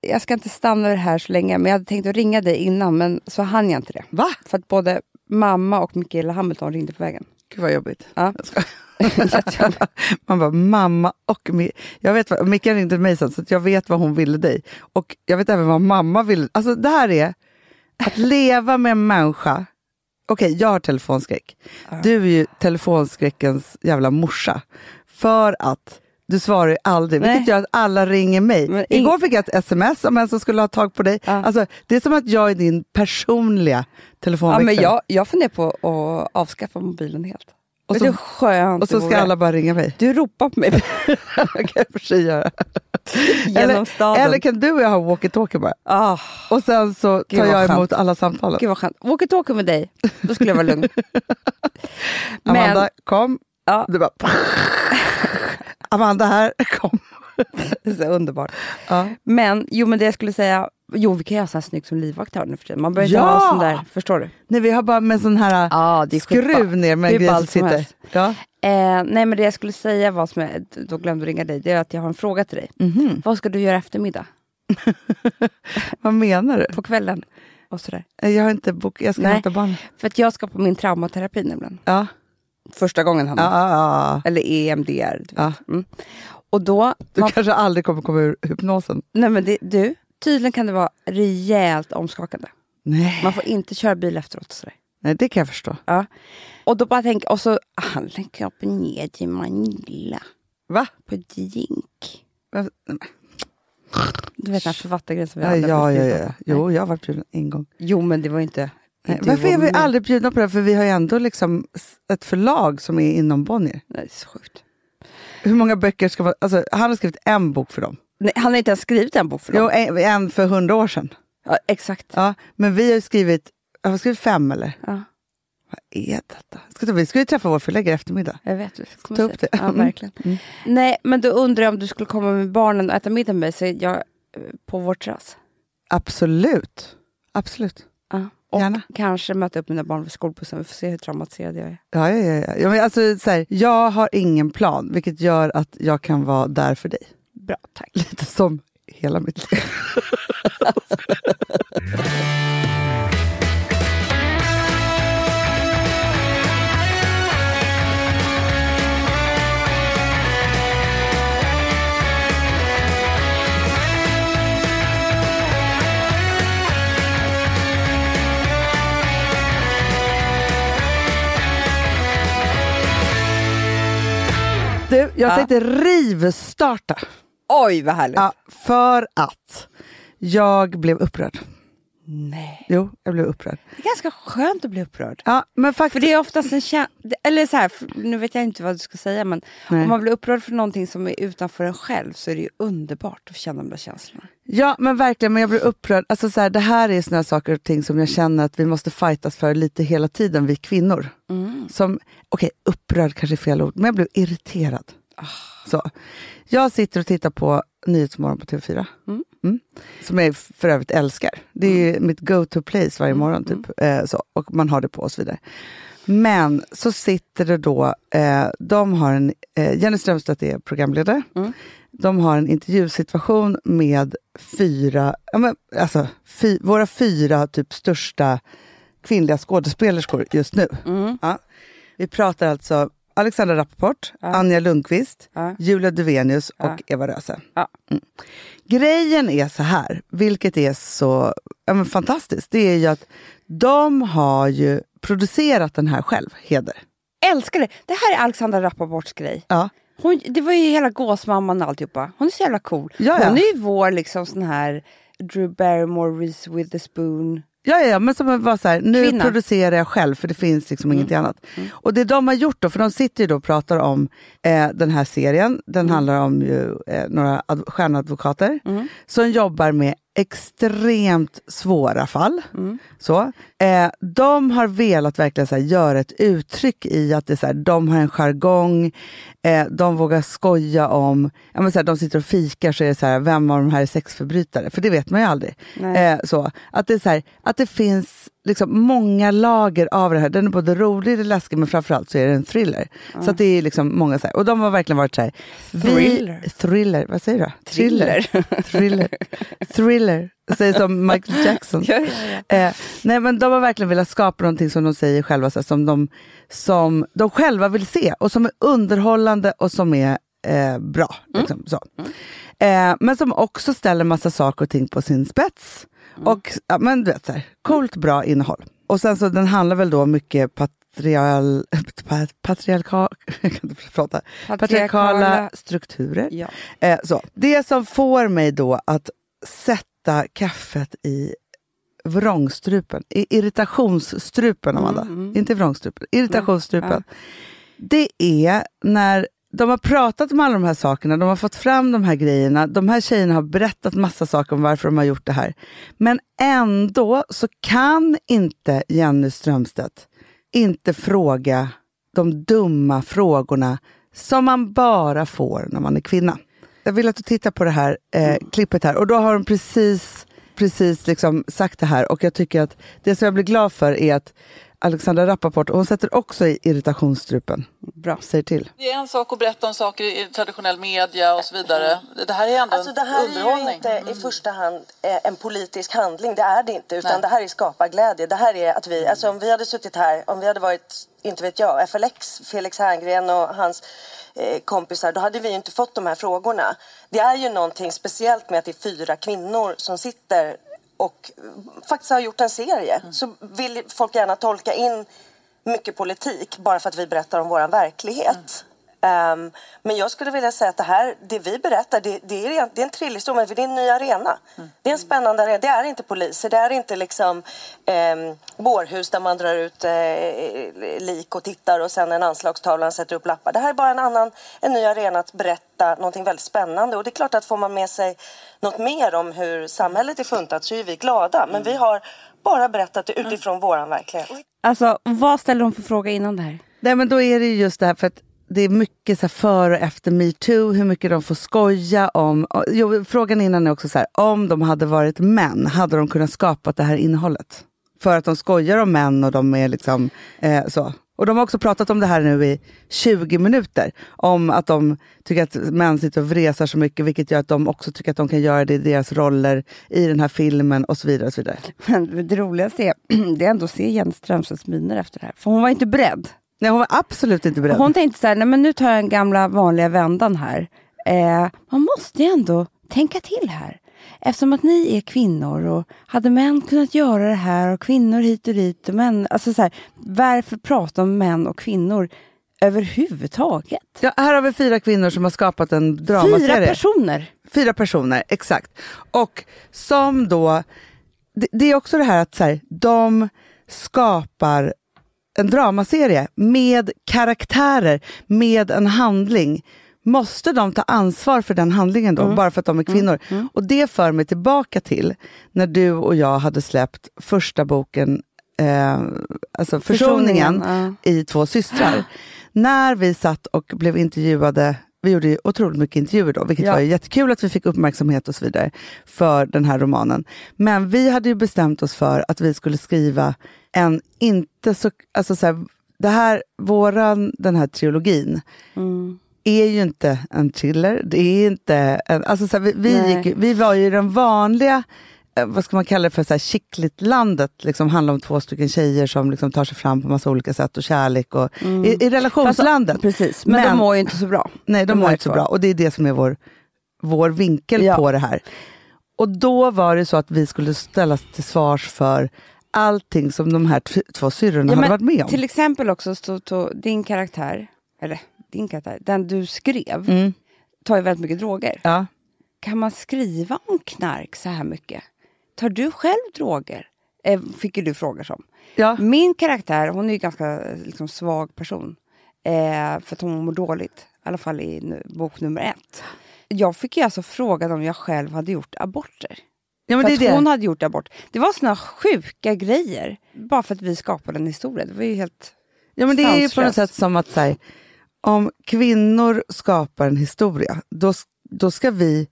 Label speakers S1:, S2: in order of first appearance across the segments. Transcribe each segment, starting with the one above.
S1: jag ska inte stanna vid det här så länge, men jag hade tänkt att ringa dig innan, men så hann jag inte det.
S2: Va?
S1: För att både mamma och Mikaela Hamilton ringde på vägen.
S2: Gud vad jobbigt.
S1: Ja.
S2: Jag skojar. Man bara, mamma och... Mi- Jag vet vad, Micke ringde mig sen, så att jag vet vad hon ville dig. Och jag vet även vad mamma ville. Alltså det här är att leva med en människa. Okej, jag har telefonskräck. Du är ju telefonskräckens jävla morsa. För att du svarar ju aldrig, vilket
S1: Nej.
S2: gör att alla ringer mig.
S1: Men ing-
S2: Igår fick jag ett sms om en som skulle ha tag på dig.
S1: Ja.
S2: Alltså, det är som att jag är din personliga
S1: Ja,
S2: telefonväxel.
S1: men jag, jag funderar på att avskaffa mobilen helt. Och
S2: Och så-
S1: så, skönt
S2: Och så
S1: det
S2: ska
S1: vore.
S2: alla bara ringa mig.
S1: Du ropar på mig
S2: kan jag i och för sig göra.
S1: genom staden.
S2: Eller kan du och jag ha walkie-talkie bara?
S1: Ah,
S2: Och sen så tar
S1: vad
S2: jag
S1: skönt.
S2: emot alla samtalen.
S1: gud vad skönt. Walkie-talkie med dig, då skulle jag vara lugn. men-
S2: Amanda, kom.
S1: Ja.
S2: Du bara... Amanda här, kom.
S1: Det är så underbart.
S2: Ja.
S1: Men, jo men det jag skulle säga, jo vi kan göra så här snyggt som livvakt här nu för tiden. Man behöver inte
S2: Ja!
S1: ha sån där, förstår du?
S2: Nej, vi har bara med sån här
S1: Ja,
S2: skruv ner med
S1: Det är
S2: en grej
S1: bara
S2: som
S1: allt som
S2: sitter.
S1: helst.
S2: Ja.
S1: Eh, nej men det jag skulle säga var, som jag då glömde ringa dig, det är att jag har en fråga till dig.
S2: Mhm.
S1: Vad ska du göra eftermiddag?
S2: Vad menar du?
S1: På kvällen? Och sådär.
S2: Jag har inte bok... Jag ska
S1: Nej.
S2: hämta barn.
S1: För att jag ska på min traumaterapi nämligen.
S2: Ja.
S1: Första gången han
S2: Ja, ja, ja.
S1: Eller E EMDR. Du, vet.
S2: Ja.
S1: Mm. Och då...
S2: Du
S1: Man,
S2: kanske aldrig kommer komma ur hypnosen.
S1: nej men det, du, tydligen kan det vara rejält omskakande.
S2: Nej.
S1: Man får inte köra bil efteråt. och Sådär.
S2: Nej, det kan jag förstå.
S1: Och då bara tänker och så han lägger upp ner i Manila
S2: Va?
S1: på drink.
S2: Va?
S1: Du vet den här författargrejen som vi
S2: Ja,
S1: hade
S2: ja, ja.
S1: blivit
S2: ja.
S1: bjudna på. Nej.
S2: Jo, jag har varit bjuden en gång.
S1: Jo, men det var ju inte...
S2: Nej,
S1: inte
S2: varför
S1: vår
S2: är Eh, vi
S1: mening.
S2: aldrig bjudna på det? För vi har ju ändå liksom s- ett förlag som är inom Bonnier.
S1: Nej, det är så sjukt.
S2: Hur många böcker ska man... Alltså, han har skrivit en bok för dem.
S1: Nej, han har inte ens skrivit en bok för dem.
S2: Jo, en, en för hundra år sedan.
S1: Ja, exakt.
S2: Ja, men vi har ju skrivit... Jag har skrivit fem, eller?
S1: Ja.
S2: Vad är detta? Ska, vi ska ju träffa vår förläggare i eftermiddag.
S1: Jag vet. Vi ska
S2: Ta upp det.
S1: Ja, verkligen.
S2: Mm.
S1: Nej, men då undrar jag om du skulle komma med barnen och äta middag med mig så jag, eh, på vår terrass.
S2: Absolut. Absolut.
S1: Ja. Och
S2: Gärna.
S1: kanske möta upp mina barn vid skolbussen. Vi får se hur traumatiserad jag är.
S2: Ja, ja, ja. ja. ja men alltså, så här, jag har ingen plan, vilket gör att jag kan vara där för dig.
S1: Bra, tack.
S2: Lite som hela mitt liv. Du, jag
S1: Ja.
S2: tänkte rivstarta.
S1: Oj, vad härligt.
S2: Ja, för att jag blev upprörd.
S1: Nej.
S2: Jo, jag blev upprörd.
S1: Det är ganska skönt att bli upprörd.
S2: Ja, men
S1: För
S2: faktiskt...
S1: det är oftast en känsla, eller så här, för- nu vet jag inte vad du ska säga, men
S2: Nej.
S1: om man blir upprörd för någonting som är utanför en själv så är det ju underbart att känna de där känslorna.
S2: Ja, men verkligen. Men jag blev upprörd. Alltså, så här, det här är såna här saker och ting som jag känner att vi måste fightas för lite hela tiden, vi kvinnor. Som, okej, upprörd kanske är fel ord, men jag blev irriterad. Så. Jag sitter och tittar på Nyhetsmorgon på TV4.
S1: Mm.
S2: Som jag för övrigt älskar. Det är ju mitt go-to place
S1: Mm.
S2: varje morgon. Typ. Eh, så. Och man har det på och så vidare. Men så sitter det då, eh, de har en, eh, Jenny Strömstedt är programledare.
S1: Mm.
S2: De har en intervjusituation med fyra, ja, men, alltså, fy, våra fyra typ största kvinnliga skådespelerskor just nu.
S1: Mm.
S2: Ja. Vi pratar alltså Alexandra Rappaport, Anja Lundqvist,
S1: Ja.
S2: Julia Duvenius och Eva Röse.
S1: Ja.
S2: Mm. Grejen är så här, vilket är så ja, men fantastiskt, det är ju att de har ju producerat den här själv, Heder.
S1: Älskar det! Det här är Alexandra Rappaports grej.
S2: Ja.
S1: Hon, det var ju hela gåsmamman och alltihopa. Hon är så jävla cool.
S2: Ja, ja.
S1: Hon är ju vår liksom sån här Drew Barrymore, Reese Witherspoon.
S2: Ja, ja, ja, men som var så här, nu
S1: Kvinna.
S2: producerar jag själv för det finns liksom inget annat. Och det de har gjort då, för de sitter ju då och pratar om eh, den här serien, den handlar om ju, eh, några ad- stjärnadvokater som jobbar med extremt svåra fall. Så. Eh, de har velat verkligen så här, göra ett uttryck i att det är så här, de har en jargong, eh, de vågar skoja om, ja, men så här, de sitter och fikar så är det så här, vem av de här är sexförbrytare? För det vet man ju aldrig.
S1: Nej.
S2: Eh, så. Att, det är så här, att det finns liksom många lager av det här. Den är både rolig och läskig men framförallt så är det en thriller. Så att det är liksom många så här, och de har verkligen varit så här. vi-
S1: Thriller.
S2: Thriller, vad säger du? Thriller. Thriller. Thriller. Säger som Michael Jackson.
S1: Ja, ja,
S2: Eh, nej men de har verkligen velat skapa någonting som de säger själva, så här, som, de, som de själva vill se och som är underhållande och som är eh, bra. Liksom, så. Eh, men som också ställer massa saker och ting på sin spets. Och ja, men du vet, så här, coolt bra innehåll. Och sen så den handlar väl då mycket patrial, pat, patriarka, jag kan inte prata,
S1: ja.
S2: patriarkala strukturer.
S1: Ja.
S2: Eh, så. Det som får mig då att sätta kaffet i vrångstrupen, i irritationsstrupen Amanda, inte vrångstrupen, irritationsstrupen. Det är när de har pratat om alla de här sakerna, de har fått fram de här grejerna, de här tjejerna har berättat massa saker om varför de har gjort det här. Men ändå så kan inte Jenny Strömstedt inte fråga de dumma frågorna som man bara får när man är kvinna. Jag vill att du tittar på det här eh, klippet här och då har de precis, precis liksom sagt det här och jag tycker att det som jag blir glad för är att Alexandra Rappaport, hon sätter också i irritationsstrupen. Bra. Säger till.
S3: Det är en sak att berätta om saker i traditionell media och så vidare. Det här är ändå
S4: Alltså det här är ju
S3: underhållning.
S4: inte i första hand eh, en politisk handling, det är det inte. Utan det här är skaparglädje. Det här är att vi, alltså om vi hade suttit här, om vi hade varit, inte vet jag, FLX, Felix Herngren och hans eh, kompisar, då hade vi ju inte fått de här frågorna. Det är ju någonting speciellt med att det är fyra kvinnor som sitter och eh, faktiskt har gjort en serie. Så vill folk gärna tolka in mycket politik bara för att vi berättar om vår verklighet. Ehm, men jag skulle vilja säga att det här, det vi berättar, det, det, är, en- det är en thriller för det är en ny arena. Det är en spännande arena. Det är inte poliser, det är inte liksom um, bårhus där man drar ut eh, lik och tittar och sen en anslagstavla och sätter upp lappar. Det här är bara en annan, en ny arena att berätta någonting väldigt spännande. Och det är klart att får man med sig något mer om hur samhället är funtat så är vi glada. Men vi har bara berättat det utifrån våran verklighet.
S1: Alltså, vad ställer hon för fråga innan det här?
S2: Nej men då är det ju just det här för att det är mycket så här före och efter metoo, hur mycket de får skoja om. och- Jo, frågan innan är också så här, om de hade varit män, hade de kunnat skapa det här innehållet? För att de skojar om män och de är liksom eh, så. Och de har också pratat om det här nu i 20 minuter. Om att de tycker att män sitter och vresar så mycket, vilket gör att de också tycker att de kan göra det i deras roller i den här filmen och så vidare. Och så vidare.
S1: Men det roligaste är, det är ändå att se Jenny Strömstedts miner efter det här. För hon var inte beredd.
S2: Nej, hon var absolut inte beredd.
S1: Hon tänkte så här, nej men nu tar jag den gamla vanliga vändan här. Eh, man måste ju ändå tänka till här. Eftersom att ni är kvinnor och hade män kunnat göra det här och kvinnor hit och dit. Och män, alltså så här, varför prata om män och kvinnor överhuvudtaget?
S2: Ja, här har vi fyra kvinnor som har skapat en dramaserie.
S1: Fyra personer!
S2: Fyra personer, exakt. Och som då, det, det är också det här att så här, de skapar en dramaserie med karaktärer, med en handling. Måste de ta ansvar för den handlingen då, bara för att de är kvinnor? Och det för mig tillbaka till när du och jag hade släppt första boken, eh, alltså Försoningen,
S1: Försoningen,
S2: i Två systrar. när vi satt och blev intervjuade, vi gjorde ju otroligt mycket intervjuer då, vilket
S1: Ja.
S2: var ju jättekul att vi fick uppmärksamhet och så vidare för den här romanen. Men vi hade ju bestämt oss för att vi skulle skriva en inte så, alltså så här, det här, våran, den här trilogin är ju inte en thriller, det är inte en, alltså så här, vi, vi,
S1: Nej.
S2: gick, ju- vi var ju den vanliga eh, vad ska man kalla det för, så här, kittligt landet liksom handlar om två stycken tjejer som liksom tar sig fram på massa olika sätt och kärlek och i, i relationslandet.
S1: Mm. Precis, men, de mår ju inte så bra.
S2: Nej, de
S1: de
S2: mår
S1: här
S2: inte så
S1: två.
S2: bra. Och det är det som är vår, vår vinkel
S1: Ja.
S2: på det här. Och då var det så att vi skulle ställas till svars för allting som de här t- två syrrorna hade
S1: men
S2: varit med om.
S1: Till exempel också stod, tog, din karaktär, eller din karaktär, den du skrev,
S2: Mm.
S1: tar ju väldigt mycket droger.
S2: Ja.
S1: Kan man skriva om knark så här mycket? Tar du själv droger? Eh, fick ju du frågor som.
S2: Ja.
S1: Min karaktär, hon är ju ganska eh, liksom, svag person. Eh, för att hon mår dåligt. I alla fall i nu, bok nummer ett. Jag fick ju alltså frågan om jag själv hade gjort aborter.
S2: ja, men
S1: för
S2: det är
S1: att
S2: det.
S1: hon hade gjort abort. Det var såna sjuka grejer. Bara för att vi skapade en historia. Det var ju helt...
S2: Ja, men det är ju på något
S1: sanslöst.
S2: sätt som att så här, om kvinnor skapar en historia, då, s- då ska vi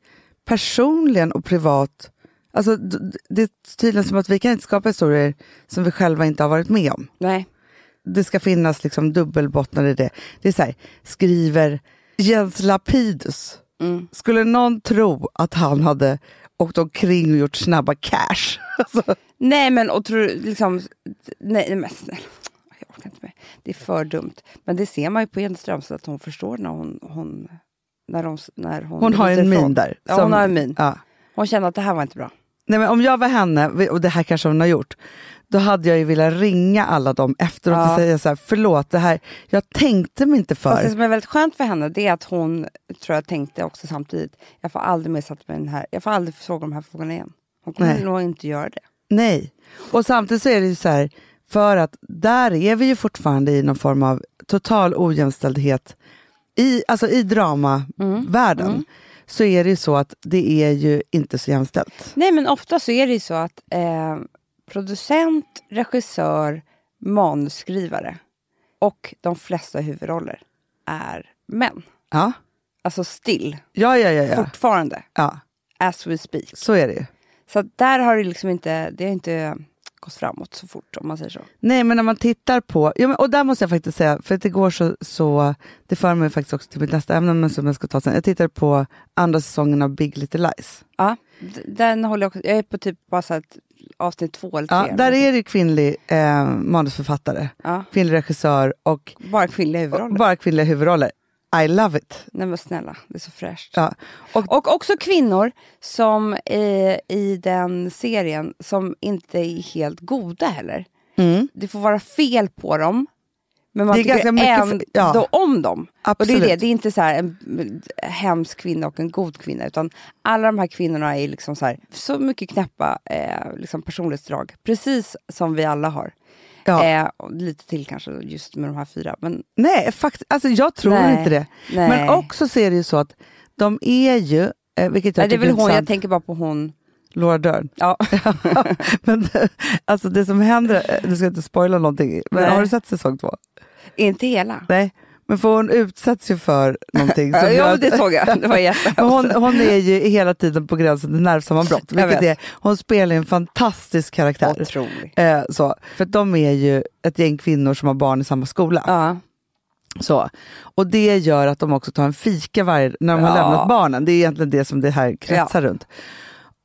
S2: personligen och privat Alltså, d- d- det är tydligen som att vi kan inte skapa historier som vi själva inte har varit med om.
S1: Nej.
S2: Det ska finnas liksom dubbelbottnar i det. Det är så här, skriver Jens Lapidus.
S1: Mm.
S2: Skulle någon tro att han hade åkt omkring och gjort snabba cash? Alltså,
S1: Nej men och tror du liksom, nej nej, men snälla. Jag orkar inte med. Det är för dumt. Men det ser man ju på Jenny Strömstedt att hon förstår när hon, hon när hon, när hon,
S2: hon har
S1: bryter
S2: en
S1: ifrån.
S2: min där.
S1: Ja,
S2: som-
S1: hon har en min.
S2: Ja.
S1: Hon känner att det här var inte bra.
S2: Nej, men om jag var henne, och det här kanske hon har gjort, då hade jag ju velat ringa alla dem efteråt och
S1: Ja.
S2: säga så här, förlåt, det här, jag tänkte mig inte
S1: Fast det
S2: för.
S1: som är väldigt skönt för henne det är att hon, tror jag, tänkte också samtidigt. Jag får aldrig mer sätta mig i den här, jag får aldrig fråga de här frågorna igen. Hon kommer
S2: Nej.
S1: nog inte göra det.
S2: Nej. Och samtidigt så är det ju så här, för att där är vi ju fortfarande i någon form av total ojämställdhet i, alltså i dramavärlden.
S1: Mm.
S2: Så är det ju så att det är ju inte så jämställt.
S1: Nej men ofta så är det ju så att eh, producent, regissör, manusskrivare och de flesta huvudroller är män.
S2: Ja,
S1: Alltså still,
S2: ja, ja, ja. ja.
S1: fortfarande,
S2: ja
S1: as we speak.
S2: så är det ju.
S1: Så att där har det liksom inte, det har inte gått framåt så fort om man säger så.
S2: Nej, men när man tittar på... Ja, men, och där måste jag faktiskt säga, för att igår så... så det för mig faktiskt också till mitt nästa ämne, men som jag ska ta sen. Jag tittade på andra säsongen av Big Little Lies.
S1: Ja, d- den håller jag också, jag är på typ bara så att avsnitt två eller
S2: Ja,
S1: tre.
S2: där är det ju kvinnlig eh, manusförfattare,
S1: Ja.
S2: kvinnlig regissör och,
S1: Bara kvinnliga
S2: och
S1: huvudroller.
S2: bara kvinnliga huvudroller. I love it!
S1: Nej men snälla, det är så fräscht.
S2: Ja. Och,
S1: Och också kvinnor som eh, i den serien som inte är helt goda heller. Det får vara fel på dem, men man
S2: Mm. Det
S1: tycker
S2: är ganska mycket
S1: ändå
S2: f- ja.
S1: om dem. Och det är, det.
S2: Absolut.
S1: det är inte så här en hemsk kvinna och en god kvinna, utan alla de här kvinnorna är liksom så, här, så mycket knäppa eh, liksom personlighetsdrag, precis som vi alla har.
S2: Ja.
S1: Eh, och lite till kanske just med de här fyra. Men
S2: nej, faktiskt, alltså, jag tror
S1: Nej,
S2: inte det.
S1: nej.
S2: Men också så är det ju så att de är ju, eh, vilket jag
S1: nej, det är
S2: tycker
S1: väl
S2: är
S1: hon, jag
S2: intressant,
S1: tänker bara på hon.
S2: Laura Dern.
S1: Ja.
S2: men alltså det som händer, nu ska jag inte spoila någonting, men
S1: Nej.
S2: har du sett säsong två?
S1: inte hela.
S2: Nej, men för hon utsätts ju för någonting.
S1: Ja,
S2: som
S1: jo,
S2: gör att-
S1: det såg jag. Det var jättehemskt.
S2: Men hon, hon är ju hela tiden på gränsen till nervsammanbrott.
S1: Jag
S2: Vilket
S1: vet.
S2: är, hon spelar ju en fantastisk karaktär.
S1: Otrolig.
S2: Eh, så. För att de är ju ett gäng kvinnor som har barn i samma skola.
S1: Ja.
S2: Så. Och det gör att de också tar en fika varje, när de har
S1: Ja.
S2: lämnat barnen. Det är egentligen det som det här kretsar runt.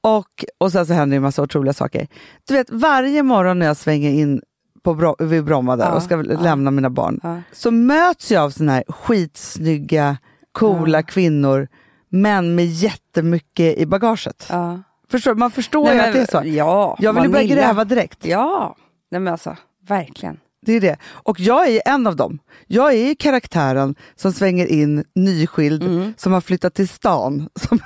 S2: Och, och sen så händer det en massa otroliga saker. Du vet, varje morgon när jag svänger in på Bro- vid Bromma där
S1: Ja,
S2: och ska lämna mina barn,
S1: Ja.
S2: så möts jag av såna här skitsnygga, coola kvinnor, men med jättemycket i bagaget.
S1: Ja.
S2: Förstår, du? man förstår
S1: Nej,
S2: ju
S1: men-
S2: att det är så.
S1: ja,
S2: jag vill ju börja
S1: vanilja.
S2: gräva direkt.
S1: Ja, nej men alltså verkligen.
S2: Det är det. Och jag är en av dem. Jag är ju karaktären som svänger in nyskild,
S1: Mm.
S2: som har flyttat till stan. Som,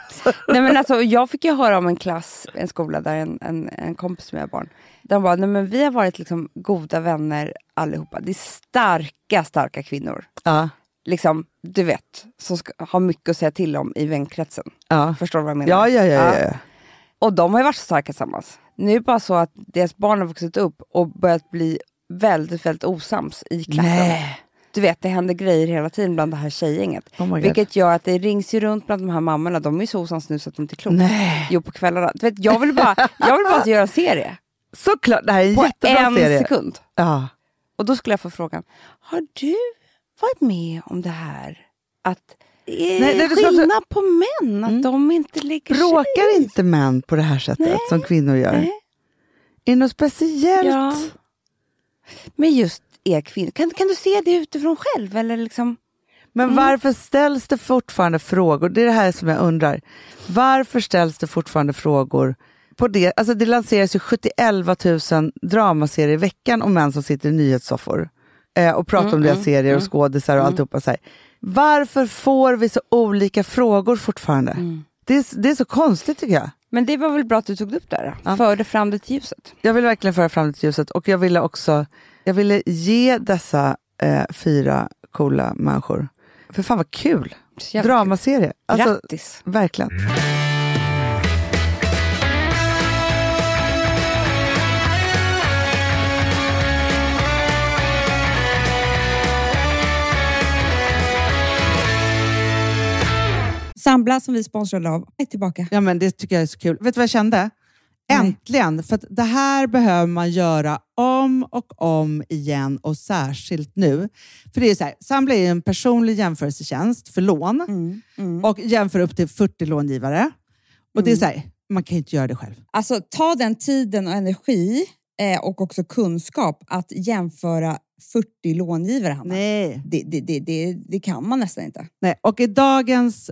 S1: Nej, men alltså, jag fick ju höra om en klass, en skola där en, en, en kompis med barn, de bara, nej men vi har varit liksom goda vänner allihopa. Det är starka, starka kvinnor.
S2: ja,
S1: Liksom, du vet, som ska, har mycket att säga till om i vänkretsen.
S2: ja.
S1: Förstår du vad jag menar?
S2: Ja, ja, ja, ja, ja.
S1: Och de har ju varit så starka tillsammans. Nu är det bara så att deras barn har vuxit upp och börjat bli väldigt, väldigt osams i klassen.
S2: Nej.
S1: Du vet, det händer grejer hela tiden bland det här tjejgänget.
S2: Oh my God.
S1: vilket gör att det rings ju runt bland de här mammorna. De är ju så osams nu så att de inte är klokt.
S2: Nej.
S1: Jo, på kvällarna. Du vet, jag vill bara, jag vill bara göra en serie.
S2: Såklart, det här är en
S1: På
S2: jättebra
S1: en
S2: serie.
S1: sekund.
S2: Ja.
S1: Och då skulle jag få frågan, har du varit med om det här? Att eh,
S2: Nej, nej, du Mm. ska
S1: skillnad på män, att de inte lägger sig
S2: Bråkar inte män på det här sättet
S1: Nej.
S2: som kvinnor gör?
S1: Nej.
S2: Är det något speciellt?
S1: Ja. Men just er kvinnor, kan, kan du se det utifrån själv? Eller liksom,
S2: Men varför ställs det fortfarande frågor? Det är det här som jag undrar. Varför ställs det fortfarande frågor på det? Alltså det lanseras ju 71 000 dramaserier i veckan om män som sitter i nyhetssoffor eh, och pratar om deras serier och skådisar och alltihopa. Så här. Varför får vi så olika frågor fortfarande? Det, är, s- det är så konstigt tycker jag.
S1: men det var väl bra att du tog upp det här? Förde fram det till ljuset?
S2: Jag vill verkligen föra fram det till ljuset och jag ville också jag ville ge dessa eh, fyra coola människor, för fan vad kul,
S1: Så jävla
S2: dramaserie. Alltså,
S1: Grattis!
S2: Verkligen.
S5: Sambla som vi sponsrade av är tillbaka.
S6: Ja, men det tycker jag är så kul. Vet du vad jag kände?
S5: Äntligen! För att det här behöver man göra om och om igen och särskilt nu. För det är ju så här, Samla är en personlig jämförelsetjänst för lån och jämför upp till 40 långivare. Och det är så här, man kan ju inte göra det själv.
S6: Alltså ta den tiden och energi eh, och också kunskap att jämföra 40 långivare, Hanna.
S5: Nej.
S6: Det, det, det, det, det kan man nästan inte.
S5: Nej, och i dagens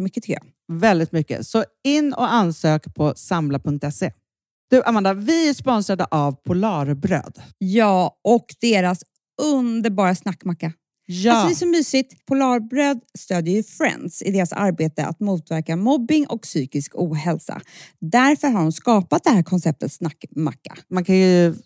S6: mycket tycker jag.
S5: Väldigt mycket. Så in och ansök på samla.se. Du Amanda, vi är sponsrade av Polarbröd.
S6: Ja, och deras underbara snackmacka.
S5: Ja.
S6: Alltså det är så mysigt. Polarbröd stödjer ju Friends i deras arbete att motverka mobbing och psykisk ohälsa. Därför har de skapat det här konceptet snackmacka.
S5: man kan ju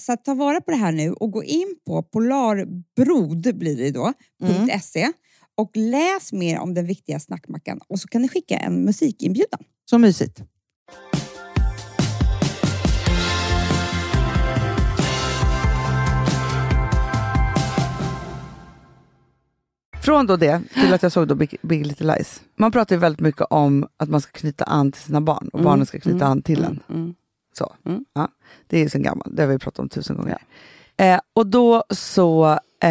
S6: så att ta vara på det här nu och gå in på polarbrod blir det då,
S1: Mm.
S6: .se och läs mer om den viktiga snackmackan och så kan ni skicka en musikinbjudan.
S5: Så mysigt.
S2: Från då det till att jag såg då Big, Big Little Lies. Man pratar ju väldigt mycket om att man ska knyta an till sina barn och barnen ska knyta an till en. Så. Ja. Det är ju sen gammalt, det har vi pratat om tusen gånger. Eh, och då så eh,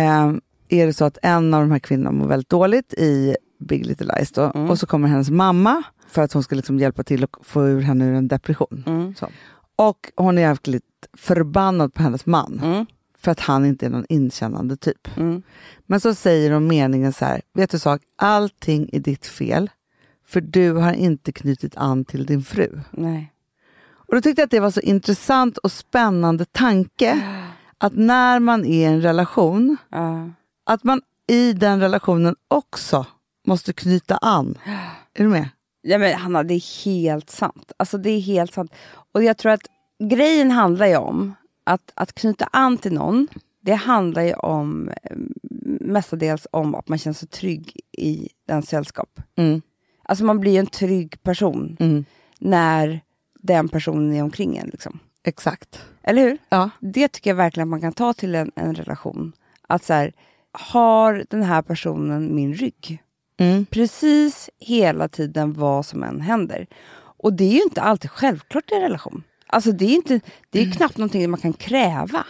S2: är det så att en av de här kvinnorna mår väldigt dåligt i Big Little Lies då. och så kommer hennes mamma för att hon ska liksom hjälpa till och få ur henne ur en depression. Så. Och hon är jävligt förbannad på hennes man för att han inte är någon inkännande typ. Men så säger de meningen så här, vet du sak, allting är ditt fel för du har inte knutit an till din fru.
S1: Nej.
S2: Och då tyckte jag att det var så intressant och spännande tanke att när man är i en relation,
S1: Ja.
S2: att man i den relationen också måste knyta an. Är du med?
S1: Ja, men Hanna, det är helt sant. Alltså, det är helt sant. Och jag tror att grejen handlar ju om att, att knyta an till någon. Det handlar ju om eh, mestadels om att man känner sig trygg i den sällskap.
S2: Mm.
S1: Alltså man blir ju en trygg person
S2: Mm.
S1: när den personen är omkring en. Liksom.
S2: Exakt.
S1: Eller hur?
S2: Ja.
S1: Det tycker jag verkligen att man kan ta till en, en relation. Att så här, har den här personen min rygg?
S2: Mm.
S1: Precis hela tiden vad som än händer. Och det är ju inte alltid självklart i en relation. Alltså det är ju inte, det är ju knappt någonting man kan kräva.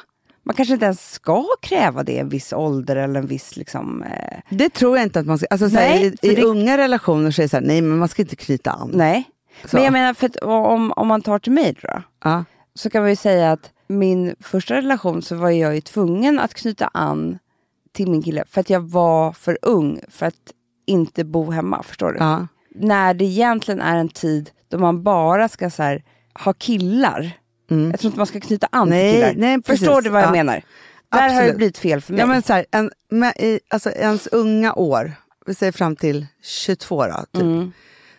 S1: Man kanske inte ens ska kräva det i en viss ålder eller en viss liksom... Eh,
S2: Det tror jag inte att man ska. Alltså, så här,
S1: Nej, för
S2: I i
S1: det-
S2: unga relationer så är det så här, nej men man ska inte knyta an.
S1: nej.
S2: Så.
S1: Men jag menar, för att, om, om man tar till mig då.
S2: Ja.
S1: så kan man ju säga att min första relation så var jag ju tvungen att knyta an till min kille för att jag var för ung för att inte bo hemma. Förstår du?
S2: Ja.
S1: När det egentligen är en tid då man bara ska så här, ha killar. Jag tror inte man ska knyta an
S2: Mm. Nej,
S1: till killar.
S2: nej, precis.
S1: Förstår du vad jag
S2: Ja.
S1: menar? Där har det
S2: Absolut.
S1: blivit fel för mig.
S2: Ja, men så här, en, med, i, alltså ens unga år, vi säger fram till 22 då, typ,
S1: Mm.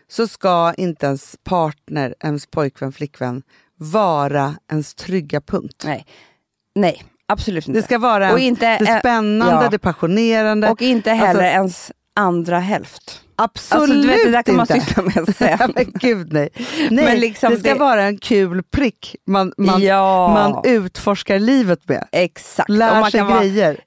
S2: så ska inte ens partner, ens pojkvän, flickvän vara ens trygga punkt.
S1: nej. nej, absolut inte.
S2: Det ska vara
S1: Och
S2: ens,
S1: inte,
S2: det
S1: eh,
S2: spännande,
S1: ja.
S2: det passionerande.
S1: Och inte
S2: Alltså,
S1: heller ens andra hälft.
S2: Absolut
S1: Alltså, du vet, det där kan man
S2: inte.
S1: syssla med sen.
S2: men gud nej. nej
S1: Men liksom
S2: det ska
S1: det-
S2: vara en kul prick man, man,
S1: ja,
S2: man utforskar livet med.
S1: exakt. Och
S2: Lär
S1: man
S2: sig
S1: kan vara
S2: grejer.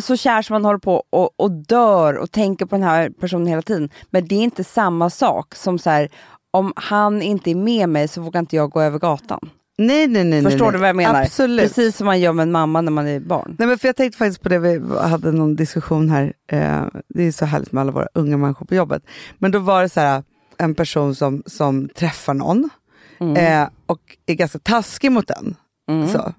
S1: så kär som man håller på och, och dör och tänker på den här personen hela tiden. Men det är inte samma sak som så här, om han inte är med mig så vågar inte jag gå över gatan.
S2: Nej, nej, nej.
S1: Förstår
S2: nej,
S1: du vad jag menar?
S2: Absolut.
S1: Precis som man gör med en mamma när man är barn.
S2: Nej, men för jag tänkte faktiskt på det, vi hade någon diskussion här, eh, det är så härligt med alla våra unga människor på jobbet. Men då var det så här, en person som, som träffar någon eh, och är ganska taskig mot den. Så.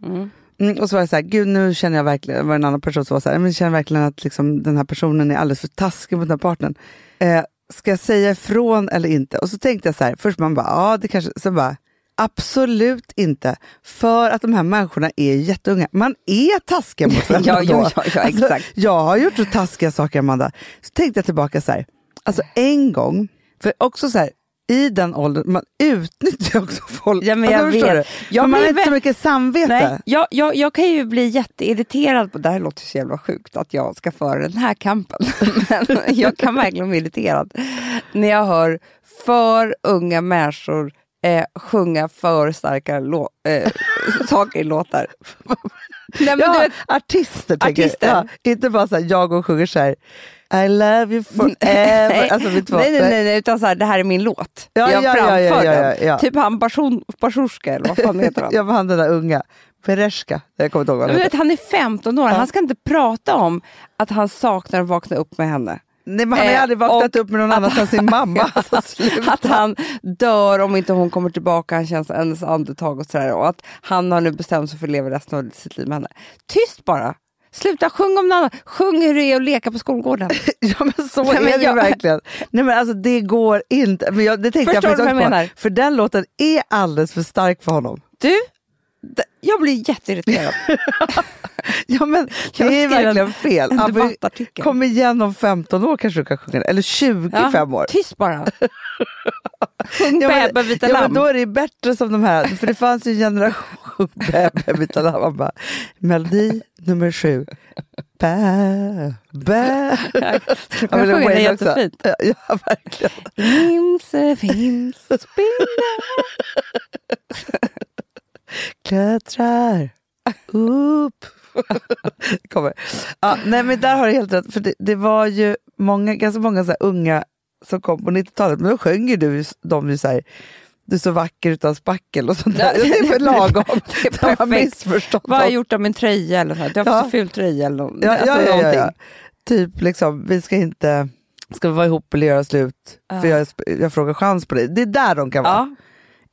S2: Mm, och så var det så här, gud nu känner jag verkligen, det var en annan person som var så här, men jag känner verkligen att liksom, den här personen är alldeles för taskig mot den här partnern. Eh, ska jag säga ifrån eller inte? Och så tänkte jag så här, först man bara, ja det kanske, sen bara, Absolut inte, för att de här människorna är jätteunga. Man är taskiga mot
S1: Ja,
S2: varandra
S1: ja,
S2: då.
S1: ja, ja, exakt.
S2: jag har gjort så taskiga saker Amanda. Så tänkte jag tillbaka så här, alltså en gång, för också så här, i den åldern, man utnyttjar också folk.
S1: Ja, men jag
S2: alltså, förstår
S1: vet.
S2: Du?
S1: Jag
S2: Men man
S1: blir
S2: har inte så
S1: vä-
S2: mycket samvete.
S1: Nej, jag, jag, jag kan ju bli jätteirriterad på, det här låter så jävla sjukt att jag ska föra den här kampen, men jag kan verkligen bli irriterad när jag hör för unga människor eh, sjunga för starka lå- eh, saker i låtar. Nej, men du
S2: Ja,
S1: vet,
S2: artister, tänker jag.
S1: Artister.
S2: Ja, inte bara så här, jag går och sjunger så här, I love you forever.
S1: nej,
S2: alltså, vet du vad?
S1: nej, nej, nej, nej, utan så här, det här är min låt.
S2: Ja,
S1: jag
S2: ja, ja,
S1: framför
S2: ja, ja,
S1: den.
S2: ja.
S1: Typ han Barson- Barsorska, eller vad fan heter han?
S2: Jag var han den där unga, Bereshka, jag kommer inte ihåg vad
S1: Du
S2: han heter.
S1: vet, han är 15 år, han ska inte prata om att han saknar att vakna upp med henne.
S2: Nej, men han har ju
S1: Eh,
S2: aldrig vaknat
S1: och
S2: upp med någon annan än sin mamma. Alltså, sluta.
S1: att han dör om inte hon kommer tillbaka, han känns hennes andetag och sådär. Och att han har nu bestämt sig för att leva resten av sitt liv med henne. Tyst bara! Sluta sjung om någon annan. Sjung hur det är att leka på skolgården.
S2: Ja men så
S1: Nej, men
S2: är det ju
S1: jag-
S2: verkligen. Nej men alltså det går inte. Men jag, det tänkte
S1: Förstår
S2: jag
S1: du
S2: faktiskt
S1: vad
S2: också
S1: jag
S2: på.
S1: menar?
S2: För den låten är alldeles för stark för honom.
S1: Du, d- jag blir jätteirriterad.
S2: Ja men det
S1: Jag
S2: är
S1: skrev en-
S2: verkligen fel.
S1: en
S2: Han får ju-
S1: debattartikel.
S2: Kom igen om 15 år kanske du kan sjunga den. Eller 25 år.
S1: Tyst bara. Sjung
S2: Ja, men-
S1: Bäbe vita
S2: ja, men
S1: lamm.
S2: då är det ju bättre som de här, för det fanns ju en generation Bäbe vita lamm. Man bara, Melodi nummer sju. Bä, bä.
S1: Jag sjunger den
S2: Wayne också.
S1: jättefint.
S2: Ja, ja, verkligen.
S1: Vimse, vimse, spinna.
S2: Klättrar upp. Kommer. Ja, nej men där har du helt rätt, för det, det var ju många, ganska många så här unga som kom på 90-talet, men då sjöng ju du s- de ju så här, du är så vacker utan spackel och sånt där. Det är väl lagom. Det
S1: är
S2: har man
S1: perfekt.
S2: missförstått
S1: Vad har
S2: oss.
S1: jag gjort av min tröja? Eller så här? Du har fått
S2: Ja.
S1: så ful tröja eller någon,
S2: ja,
S1: alltså
S2: ja, ja, ja,
S1: någonting.
S2: ja. Typ liksom, vi ska inte, ska vi vara ihop eller göra slut? För jag, sp- jag frågar chans på dig. Det är där de kan vara.
S1: Ja.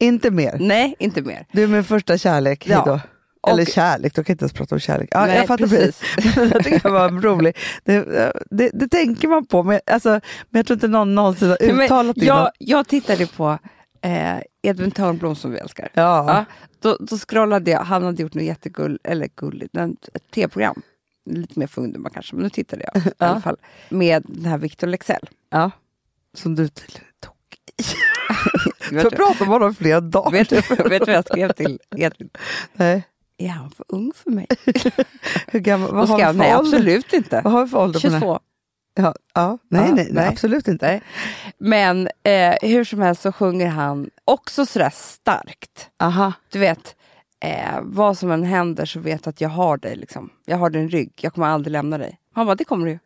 S2: Inte mer.
S1: Nej, inte mer.
S2: Du är min första kärlek,
S1: Ja.
S2: hejdå. Eller
S1: Och-
S2: kärlek, då kan jag inte ens prata om kärlek. Ja,
S1: Nej,
S2: jag fattar precis.
S1: precis.
S2: jag tycker det var rolig. Det, det, det tänker man på, men, alltså, men jag tror inte någon någonsin har
S1: Ja, men
S2: uttalat det.
S1: jag,
S2: innan.
S1: jag tittade på eh, Edvin Törnblom som vi älskar.
S2: Ja.
S1: Ja, då, då scrollade jag, han hade gjort något jättegull, eller gulligt, men ett tv-program. Lite mer för ungdomar kanske, men nu tittade jag i alla fall. Med den här Victor Lexell.
S2: Ja. Som du tydligen tog. Jag pratade om honom flera dagar.
S1: vet, du- vet du vad jag skrev till Edvin?
S2: Nej.
S1: Är han för ung för mig?
S2: Hur gammal,
S1: Då
S2: vad har
S1: skrev
S2: vi
S1: han,
S2: för
S1: nej
S2: ålder?
S1: absolut inte.
S2: Vad har vi för ålder på den här?
S1: 22.
S2: Ja, ja. Nej,
S1: Ja,
S2: nej, nej,
S1: nej.
S2: absolut inte.
S1: Nej. Men eh, hur som helst så sjunger han också sådär starkt.
S2: Aha.
S1: du vet, eh, vad som än händer så vet att jag har dig. Liksom. Jag har din rygg, jag kommer aldrig lämna dig. Han bara, det kommer du ju.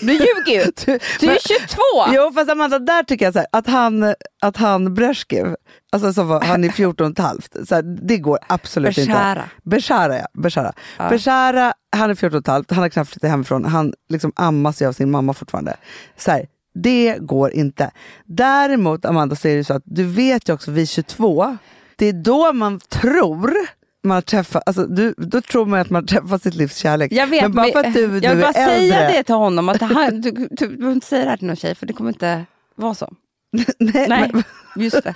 S1: Du ljuger ju!
S2: Du,
S1: Du är
S2: men-
S1: 22!
S2: Jo, fast Amanda, där tycker jag så här, att han, att han Brezjnev, alltså som var, han är 14 och ett halvt, så här, det går absolut
S1: Beshara.
S2: inte. Beshara. ja, Beshara. Beshara, han är 14 och ett halvt, han har knappt flyttat hemifrån, han liksom ammas ju av sin mamma fortfarande. Så här, det går inte. Däremot Amanda, så är det ju så att du vet ju också vid 22, det är då man tror man träffar, alltså du, då tror man att man träffar sitt livs kärlek.
S1: Jag vet,
S2: men bara för att du nu
S1: jag vill bara
S2: är
S1: säga
S2: äldre.
S1: det till honom. Att han, du, du behöver inte säga det här till någon tjej, för det kommer inte vara så.
S2: Eh, Nej,
S1: Nej, just det.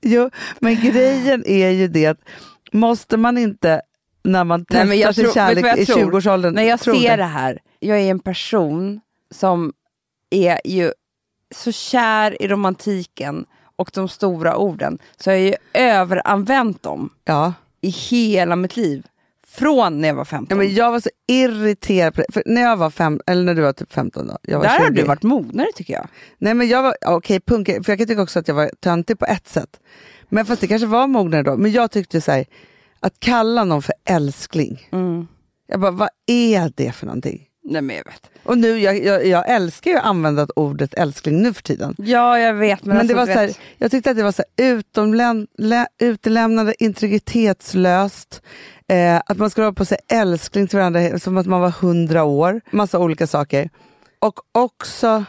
S2: Jo, men grejen är ju det att måste man inte när man testar
S1: Nej, men jag
S2: sin
S1: tror- vet du
S2: kärlek
S1: vad jag
S2: i
S1: tror?
S2: 20-årsåldern.
S1: När jag
S2: tror
S1: ser det här, jag är en person som är ju så kär i romantiken och de stora orden, så jag har ju överanvänt dem.
S2: Ja,
S1: i hela mitt liv. Från när jag var 15.
S2: Ja, men jag var så irriterad på det. För när jag var fem, eller när du var typ 15 då. Jag var
S1: Där har
S2: 20.
S1: du varit mognare tycker jag.
S2: Nej men jag var, ja, okej punkig, för jag kan tycka också att jag var töntig på ett sätt. Men fast det kanske var mognare då. Men jag tyckte så här, att kalla någon för älskling.
S1: Mm.
S2: Jag bara, vad är det för någonting?
S1: Nej, men jag vet.
S2: Och nu, jag, jag, jag älskar ju att använda ordet älskling nu för tiden.
S1: Ja, jag vet. Men,
S2: Men, det var
S1: alltså,
S2: så
S1: du
S2: här,
S1: vet-
S2: jag tyckte att det var så här utomlän, lä, utelämnande, integritetslöst. Eh, att man skulle ha på sig älskling till varandra som att man var hundra år. Massa olika saker. Och också...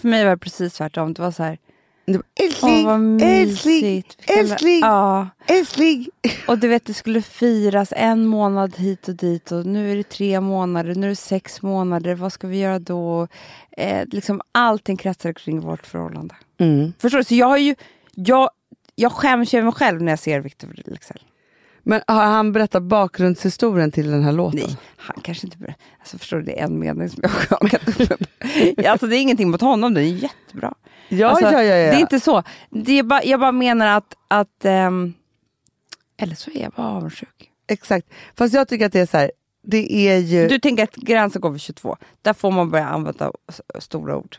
S1: För mig var det precis tvärtom. Det var så här,
S2: det var,
S1: åh vad
S2: Älskling, älskling,
S1: mysigt.
S2: älskling,
S1: Ja,
S2: älskling.
S1: och du vet det skulle firas en månad hit och dit och nu är det tre månader, nu är det sex månader, vad ska vi göra då? Eh, liksom allting kretsar kring vårt förhållande.
S2: Mm.
S1: Förstår du? Så jag har ju, jag, jag skäms ju över mig själv när jag ser Victor Leksell.
S2: Men har han berättat bakgrundshistorien till den här låten?
S1: Nej, han kanske inte... ber- Alltså förstår du, det är en mening som jag har skakat upp. Alltså det är ingenting mot honom, den är jättebra.
S2: Ja,
S1: alltså,
S2: ja, ja, ja.
S1: Det är inte så. Det är bara, jag bara menar att... att ehm, eller så är jag bara avundsjuk.
S2: Exakt. Fast jag tycker att det är så här, det är ju...
S1: Du tänker att gränsen går vid 22. Där får man börja använda s- stora ord.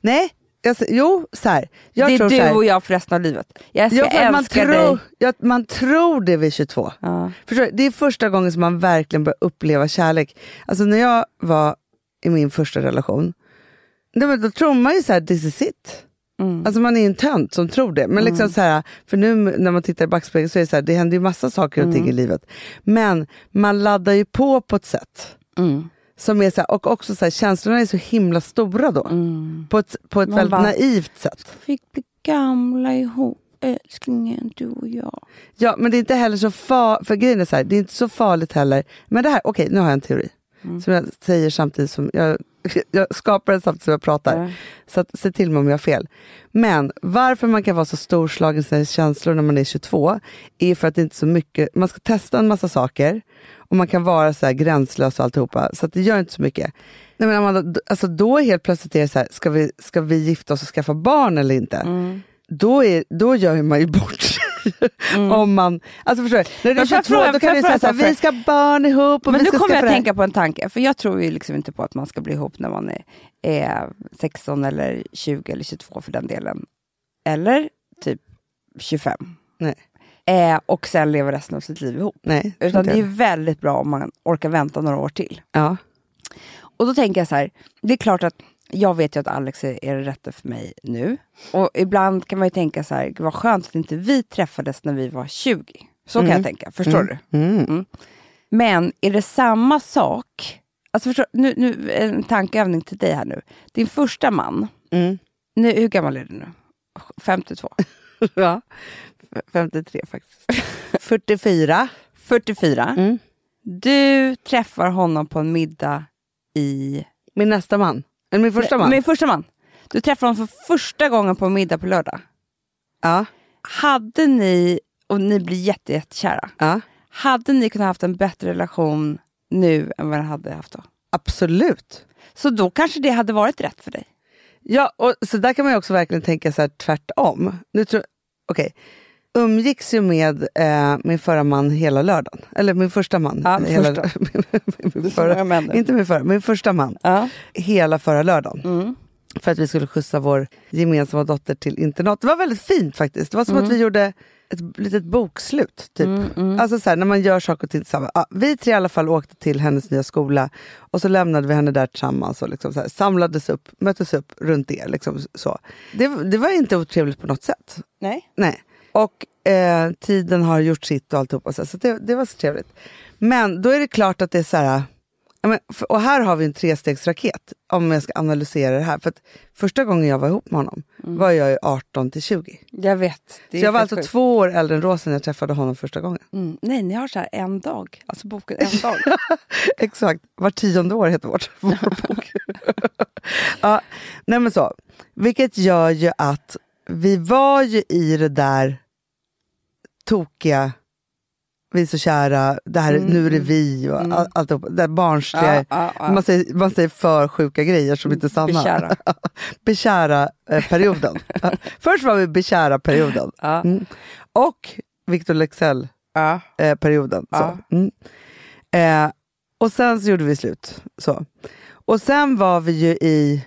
S2: Nej, alltså, jo, så här. Jag
S1: det är
S2: tror
S1: du
S2: så här,
S1: och jag för resten av livet. Jag ska
S2: Ja, för att man,
S1: älska
S2: tror,
S1: dig.
S2: ja, man tror det vid 22.
S1: Ja.
S2: Förstår du? Det är första gången som man verkligen börjar uppleva kärlek. Alltså när jag var i min första relation, nej, men då tror man ju så här, this is it.
S1: Mm.
S2: Alltså man är ju en tönt som tror det. Men liksom så här, för nu när man tittar i backspegeln så är det så här, det händer ju massa saker och ting
S1: Mm.
S2: i livet. Men man laddar ju på på ett sätt.
S1: Mm.
S2: Som är så här, och också så här, känslorna är så himla stora då. På ett, på ett
S1: Mm. Man
S2: väldigt
S1: bara-
S2: naivt sätt.
S1: Fick bli gamla ihop, älsklingen, du och jag.
S2: Ja, men det är inte heller så farligt. För grejen är så här, det är inte så farligt heller. Men det här, okej, nu har jag en teori. Som jag säger samtidigt som jag, jag skapar den samtidigt som jag pratar. Så att, se till mig om jag har fel. Men varför man kan vara så storslagen i sina känslor när man är 22 är för att det inte är så mycket, man ska testa en massa saker och man kan vara så här gränslös och alltihopa. Så att det gör inte så mycket. Nej, men Amanda, d- alltså då helt plötsligt är det så här, ska vi, ska vi gifta oss och skaffa barn eller inte? Då, är, då gör ju man ju bort sig. Om man, alltså förstår du? När du är
S1: Mm. Men får jag
S2: 22
S1: fråga- får
S2: då
S1: jag
S2: kan du
S1: fråga
S2: säga så här,
S1: en sak?
S2: vi ska ha barn ihop och
S1: Men
S2: vi
S1: nu
S2: ska
S1: kommer jag
S2: skaffa
S1: att
S2: det här.
S1: tänka på en tanke, för jag tror ju liksom inte på att man ska bli ihop när man är, är 16 eller 20 eller 22 för den delen. Eller typ 25.
S2: Nej,
S1: Eh, och sen leva resten av sitt liv ihop.
S2: nej. tror
S1: Utan
S2: inte
S1: det är ju
S2: jag.
S1: väldigt bra om man orkar vänta några år till.
S2: Ja.
S1: Och då tänker jag så här, det är klart att jag vet ju att Alex är, är den rätta för mig nu. Och ibland kan man ju tänka så här, "Gud, vad skönt att inte vi träffades när vi var 20. Så kan jag tänka, förstår du? Mm. Men är det samma sak? Alltså förstår, nu, nu, en tankeövning till dig här nu. Din första man,
S2: Mm.
S1: nu, hur gammal är du nu? 52?
S2: ja. 53 faktiskt. 44.
S1: 44?
S2: Mm.
S1: Du träffar honom på en middag i...
S2: Min nästa man. Eller min första man.
S1: Min första man. Du träffar honom för första gången på en middag på lördag.
S2: Ja.
S1: Hade ni, och ni blir jätte, jättekära,
S2: ja.
S1: hade ni kunnat haft en bättre relation nu än vad ni hade haft då?
S2: Absolut.
S1: Så då kanske det hade varit rätt för dig.
S2: Ja, och så där kan man ju också verkligen tänka så här tvärtom. Nu tror, okej. Umgicks ju med eh, min förra man hela lördagen. Eller min första man.
S1: Ja, min
S2: hela,
S1: första.
S2: min, min
S1: så många män
S2: förra,
S1: nu.
S2: inte min förra, min första man.
S1: Ja.
S2: Hela förra lördagen. För att vi skulle skjutsa vår gemensamma dotter till internat. Det var väldigt fint faktiskt. Det var som att vi gjorde ett litet bokslut. Typ. Alltså så här, när man gör saker och ting tillsammans. Ja, vi tre i alla fall åkte till hennes nya skola och så lämnade vi henne där tillsammans och liksom så här, samlades upp, möttes upp runt det. Liksom så. Det, det var inte otrevligt på något sätt.
S1: Nej.
S2: Nej. Och eh, tiden har gjort sitt och alltihopa. Så så det, det var så trevligt. Men då är det klart att det är så här... ja, Men, för- och här har vi en trestegsraket om jag ska analysera det här. För att första gången jag var ihop med honom var jag ju 18 till 20.
S1: Jag vet. Mm. Det är
S2: Så jag var
S1: helt
S2: alltså
S1: sjukt.
S2: två år äldre än Rosen när jag träffade honom första gången.
S1: Mm. Nej, ni har så här en dag. Alltså boken en dag.
S2: Exakt, var tionde år heter vårt, vår bok. ja, nej men så. Vilket gör ju att vi var ju i det där tokiga, vi är så kära, det här, nu är det vi och all, alltihop. Det där barnsliga,
S1: Mm. Ja, ja, ja.
S2: Man, säger, man säger för sjuka grejer som inte är sanna.
S1: Bekära.
S2: Bekära-perioden. Först var vi bekära-perioden.
S1: Ja.
S2: Mm. Och Victor Leksell-perioden.
S1: Ja.
S2: Eh, perioden, så. Mm. Eh, och sen så gjorde vi slut. Så. Och sen var vi ju i,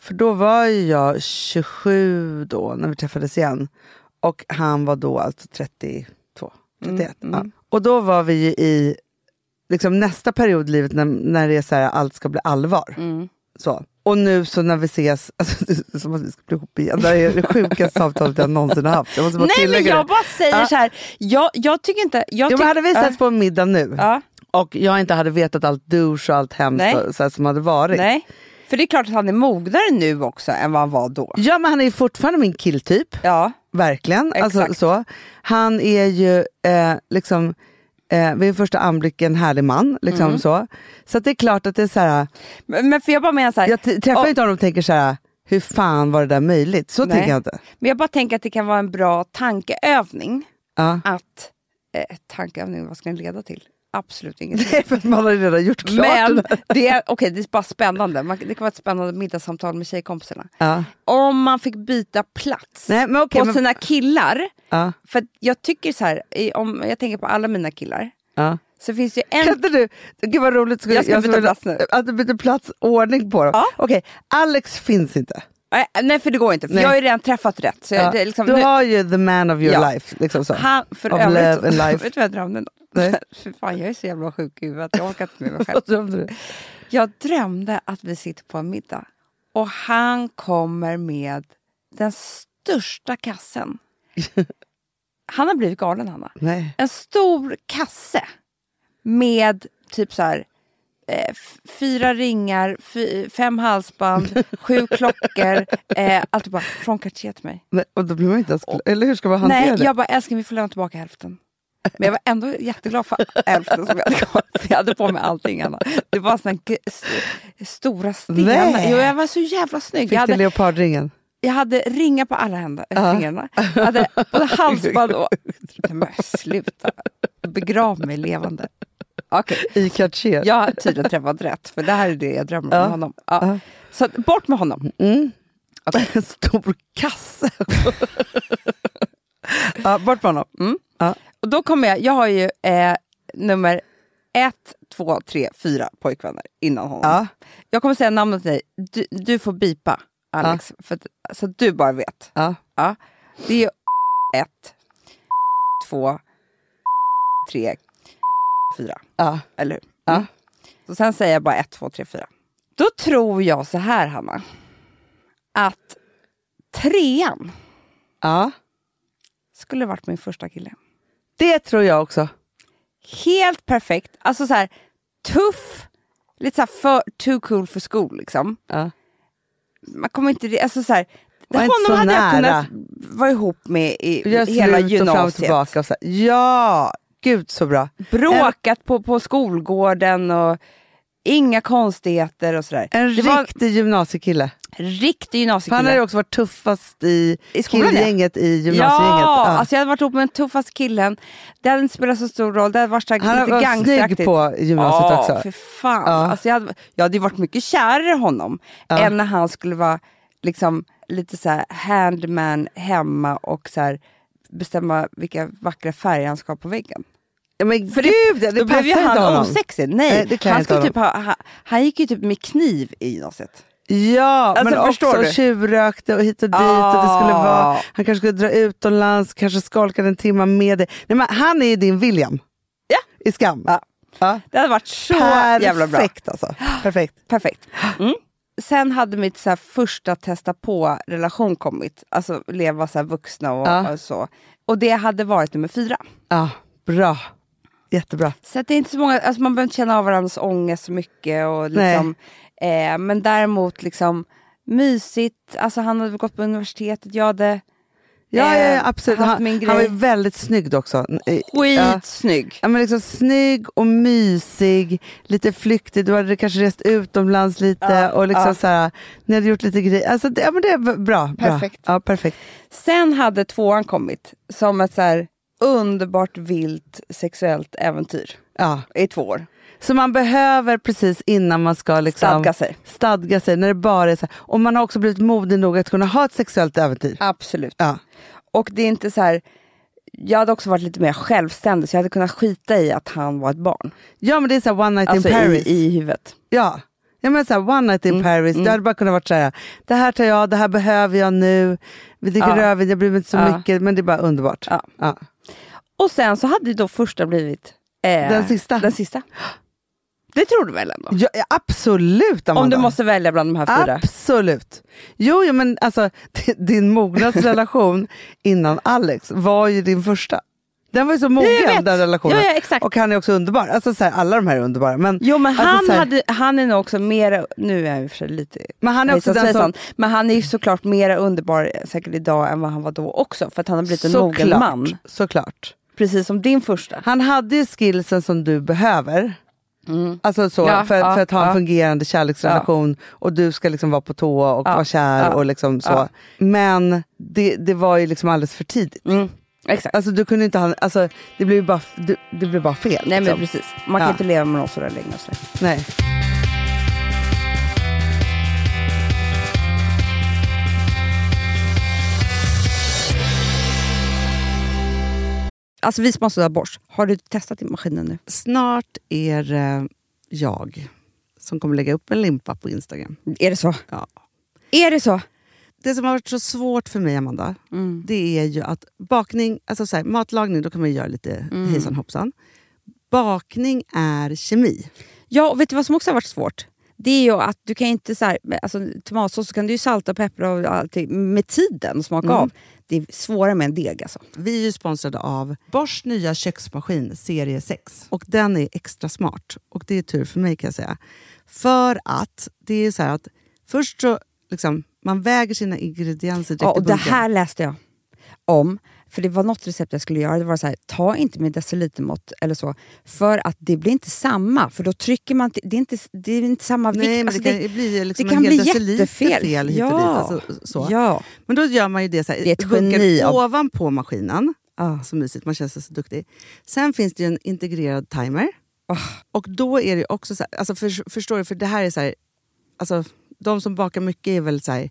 S2: för då var ju jag 27 då när vi träffades igen. Och han var då alltså 32,
S1: Mm,
S2: 31. Ja. Och då var vi ju i liksom nästa period i livet när, när det är så här, allt ska bli allvar.
S1: Mm.
S2: Så. Och nu så när vi ses, alltså, det är som att vi ska bli ihop igen. Det här är det sjukaste samtalet jag någonsin har haft. Jag måste bara
S1: Nej men
S2: tillägga
S1: jag
S2: det.
S1: bara säger
S2: Ja.
S1: så här. Jag, jag tycker inte... Jag
S2: Jo,
S1: tyck-
S2: men hade vi
S1: Ja.
S2: setts på en middag nu
S1: Ja.
S2: och jag inte hade vetat allt douche och
S1: Nej.
S2: allt hemskt och så här som hade varit.
S1: Nej. För det är klart att han är mognare nu också än vad han var då.
S2: Ja men han är ju fortfarande min killtyp,
S1: Ja.
S2: verkligen. Alltså,
S1: Exakt.
S2: så. Han är ju eh, liksom eh, vid första anblick en härlig man. Liksom,
S1: Mm.
S2: Så, så att det är klart att det är så här,
S1: Men, men för jag bara menar så här.
S2: jag t- träffar
S1: Och-
S2: inte honom och tänker så här, hur fan var det där möjligt? Så
S1: Nej.
S2: tänker jag inte.
S1: Men jag bara tänker att det kan vara en bra tankeövning.
S2: Ja.
S1: Att, eh, tankeövning, vad ska den leda till? Absolut ingenting.
S2: För att man har ju redan gjort klart det
S1: Men
S2: där.
S1: det är, okay, det är bara spännande. Man, det kan vara ett spännande middagssamtal med tjejkompisarna.
S2: Ja.
S1: Om man fick byta plats
S2: Nej, men okej,
S1: på
S2: men-
S1: sina killar.
S2: Ja.
S1: För att jag tycker så här, i- om jag tänker på alla mina killar.
S2: Ja.
S1: Så finns det ju
S2: Kan
S1: en...
S2: inte du, gud vad roligt, skulle,
S1: Jag ska byta
S2: skulle vilja
S1: plats nu.
S2: att du byter plats, ordning på dem.
S1: Ja.
S2: Okej, Alex finns inte.
S1: Nej, Nej för det går inte, för
S2: Nej.
S1: jag har ju redan träffat rätt. Så jag,
S2: Ja.
S1: det är liksom,
S2: du
S1: nu-
S2: har ju the man of your
S1: Ja.
S2: life. Liksom så.
S1: Han, för
S2: Of
S1: övrigt,
S2: love and life.
S1: Vet du vad jag drömde? då?
S2: Nej.
S1: Fy fan, jag är så jävla sjuk i huvudet. Jag orkar inte med mig själv.
S2: Vad drömde du?
S1: Jag drömde att vi sitter på en middag och han kommer med den största kassen. Han har blivit galen, Hanna.
S2: Nej.
S1: En stor kasse med typ så här eh, f- fyra ringar, fy, fem halsband, sju klockor. Eh, allt bara från Cartier till mig.
S2: Nej, och då blir man inte ens glad. Eller hur ska man hantera
S1: Nej,
S2: det?
S1: jag bara älskling vi får lämna tillbaka hälften. Men jag var ändå jätteglad för hälften som jag hade kvar. För jag hade på mig allting annat. Det var såna g- s- stora stenar.
S2: Nej.
S1: Jo, jag var så jävla snygg.
S2: Fick
S1: Jag
S2: du
S1: hade,
S2: leopardringen?
S1: jag hade ringar på alla händer, uh. fingrarna. Jag hade både halsband och... Nej, men sluta. Begrav mig levande. Okej,
S2: I Cartier?
S1: jag har tydligen träffat rätt. För det här är det jag drömmer om med honom. Ja.
S2: Ja.
S1: Så att, bort med honom.
S2: Mm. En stor kasse. ja, bort med honom.
S1: Mm. Och då kommer jag, jag har ju eh, nummer ett, två, tre, fyra pojkvänner innan honom.
S2: Ja.
S1: Jag kommer säga namnet till dig, du, du får bipa Alex, för att, så att du bara vet.
S2: Ja.
S1: Ja. Det är ju ett, två, tre, fyra.
S2: Ja.
S1: Eller hur? Mm. Och sen säger jag bara ett, två, tre, fyra. Då tror jag så här Hanna, att trean
S2: Ja.
S1: skulle varit min första kille.
S2: Det tror jag också.
S1: helt perfekt. Alltså så här, tuff, lite så här för, too cool for school liksom.
S2: Ja.
S1: Man kommer inte, alltså så här,
S2: Var inte
S1: honom
S2: så
S1: hade jag
S2: nära.
S1: kunnat vara ihop med i hela
S2: Gör slut och fram och
S1: gymnasiet.
S2: tillbaka. Och så här. Ja, gud så bra.
S1: Bråkat på, på skolgården och inga konstigheter och sådär.
S2: En
S1: det var en
S2: riktig gymnasiekille.
S1: riktig
S2: För han har ju
S1: gymnasiekille.
S2: också varit tuffast i,
S1: I skolan, ja.
S2: killgänget i gymnasiegänget.
S1: Ja,
S2: Ja.
S1: alltså jag hade varit ihop med den tuffaste killen. Det hade inte spelat så stor roll. Det hade varit så
S2: han
S1: här,
S2: har
S1: lite
S2: varit snygg
S1: gangsteraktigt.
S2: på gymnasiet
S1: Ja,
S2: också.
S1: för fan.
S2: Ja.
S1: Alltså jag, hade, jag hade ju varit mycket kärare i honom än när han skulle vara liksom, lite så här handman hemma och så här, bestämma vilka vackra färger han ska ha på väggen.
S2: Ja, men
S1: För det-
S2: gud,
S1: Då
S2: det, passar
S1: blev ju
S2: inte
S1: han
S2: honom.
S1: osexig. Nej,
S2: Nej, det klär
S1: han,
S2: inte
S1: skulle
S2: honom.
S1: typ ha, ha, han gick ju typ med kniv i gymnasiet.
S2: Ja,
S1: Alltså,
S2: men
S1: förstår
S2: också
S1: du?
S2: tjuvrökte och hit och dit. Och det skulle
S1: Ah.
S2: vara, han kanske skulle dra utomlands, kanske skolkade en timme med dig. Nej, men han är ju din William.
S1: Ja.
S2: I Skam. Ja.
S1: Det hade varit så
S2: Perfekt
S1: jävla bra.
S2: alltså. Perfekt.
S1: Perfekt. Mm. Sen hade mitt så här första testa på-relation kommit. Alltså leva så här vuxna och,
S2: Ja.
S1: och så. Och det hade varit nummer fyra.
S2: Ja, bra. Jättebra.
S1: Så att det är inte så många, alltså man behöver inte känna av varandras ångest så mycket. Och liksom, eh, men däremot liksom mysigt, alltså han hade gått på universitetet, jag hade
S2: Ja,
S1: Eh,
S2: ja, ja absolut.
S1: haft
S2: Han,
S1: min
S2: han var ju
S1: grej.
S2: väldigt snygg också. Eh, Ja.
S1: skitsnygg.
S2: Ja, men liksom snygg och mysig, lite flyktig, du hade kanske rest utomlands lite och liksom så här, ni hade gjort lite grejer. Alltså, det, ja, men det är b- bra.
S1: Perfekt.
S2: Bra. Ja, perfekt.
S1: Sen hade tvåan kommit som ett så här underbart vilt sexuellt äventyr
S2: Ja.
S1: i två år.
S2: Så man behöver precis innan man ska liksom
S1: Stadga sig.
S2: stadga sig, när det bara är så här. Och man har också blivit modig nog att kunna ha ett sexuellt äventyr.
S1: Absolut.
S2: Ja.
S1: Och det är inte så här jag hade också varit lite mer självständig, så jag hade kunnat skita i att han var ett barn.
S2: Ja men det är så här one night
S1: Alltså
S2: in
S1: i,
S2: Paris.
S1: i Mm, huvudet.
S2: Ja. Ja, men så här, one night in Paris, det hade bara kunnat vara så här, det här tar jag, det här behöver jag nu, vi dricker
S1: Ja.
S2: rödvin, jag bryr mig inte så
S1: Ja.
S2: mycket, men det är bara underbart.
S1: Ja. Och sen så hade ju då första blivit eh,
S2: Den sista.
S1: Den sista. Det tror du väl ändå?
S2: Ja, ja, absolut Amanda.
S1: Om du måste välja bland de här fyra.
S2: Absolut. Jo, jo men alltså d- din mognadsrelation innan Alex var ju din första. Den var ju så mogen
S1: Ja, jag vet.
S2: den relationen.
S1: Ja, ja, exakt.
S2: Och han är också underbar. Alltså, så här, alla de här är underbara. Men,
S1: Jo men
S2: alltså,
S1: han,
S2: så här,
S1: hade, han är nog också mer, nu är han i och för sig lite
S2: men han är också
S1: hejsan
S2: den som...
S1: svejsan, men han är ju såklart mer underbar eh, säkert idag än vad han var då också, för att han har blivit en mogen
S2: Såklart,
S1: man.
S2: Såklart.
S1: Precis som din första.
S2: Han hade ju skillsen som du behöver. Alltså så,
S1: Mm. Ja,
S2: för,
S1: ja,
S2: för att ha en
S1: ja.
S2: fungerande kärleksrelation och du ska liksom vara på tå och vara kär
S1: ja,
S2: och liksom så.
S1: ja.
S2: Men det, det var ju liksom alldeles för tidigt.
S1: Mm, exakt.
S2: Alltså du kunde inte ha, alltså det blev ju bara, det, det blev bara fel.
S1: Nej men
S2: liksom.
S1: precis, man kan
S2: Ja.
S1: inte leva med någon sådär länge. och sådär.
S2: Nej.
S1: Alltså vi som har sådär borst, har du testat i maskinen nu?
S2: Snart är det jag som kommer lägga upp en limpa på Instagram.
S1: Är det så?
S2: Ja.
S1: Är det så?
S2: Det som har varit så svårt för mig, Amanda,
S1: Mm.
S2: det är ju att bakning, alltså så här, matlagning, då kan man ju göra lite
S1: Mm.
S2: hejsan hoppsan. Bakning är kemi.
S1: Ja, och vet du vad som också har varit svårt? Det är ju att du kan inte så här, med- alltså, tomatsås så kan du ju salta och peppra och allting med tiden och smaka
S2: Mm.
S1: av. Det är svårare med en deg alltså.
S2: Vi är ju sponsrade av Bors nya köksmaskin serie 6. Och den är extra smart. Och det är tur för mig kan jag säga. För att det är så här att först så liksom, man väger sina ingredienser direkt
S1: Ja, och
S2: i
S1: det
S2: bunken.
S1: här läste jag om. För det var något recept jag skulle göra. Det var så här, ta inte med decilitermått eller så. För att det blir inte samma. För då trycker man... till- Det är inte, det är inte samma vikt.
S2: Nej, men
S1: Alltså,
S2: det kan ju bli liksom
S1: det kan
S2: en hel
S1: bli
S2: deciliter
S1: jättefel.
S2: fel hit och dit.
S1: Ja.
S2: Alltså, så.
S1: Ja.
S2: Men då gör man ju det så här,
S1: Det är ett
S2: bunkar
S1: geni av-
S2: ovanpå maskinen.
S1: Ah.
S2: Så mysigt, man känns så duktig. Sen finns det ju en integrerad timer.
S1: Ah.
S2: Och då är det ju också så här, alltså för, förstår du, för det här är så här, alltså de som bakar mycket är väl så här,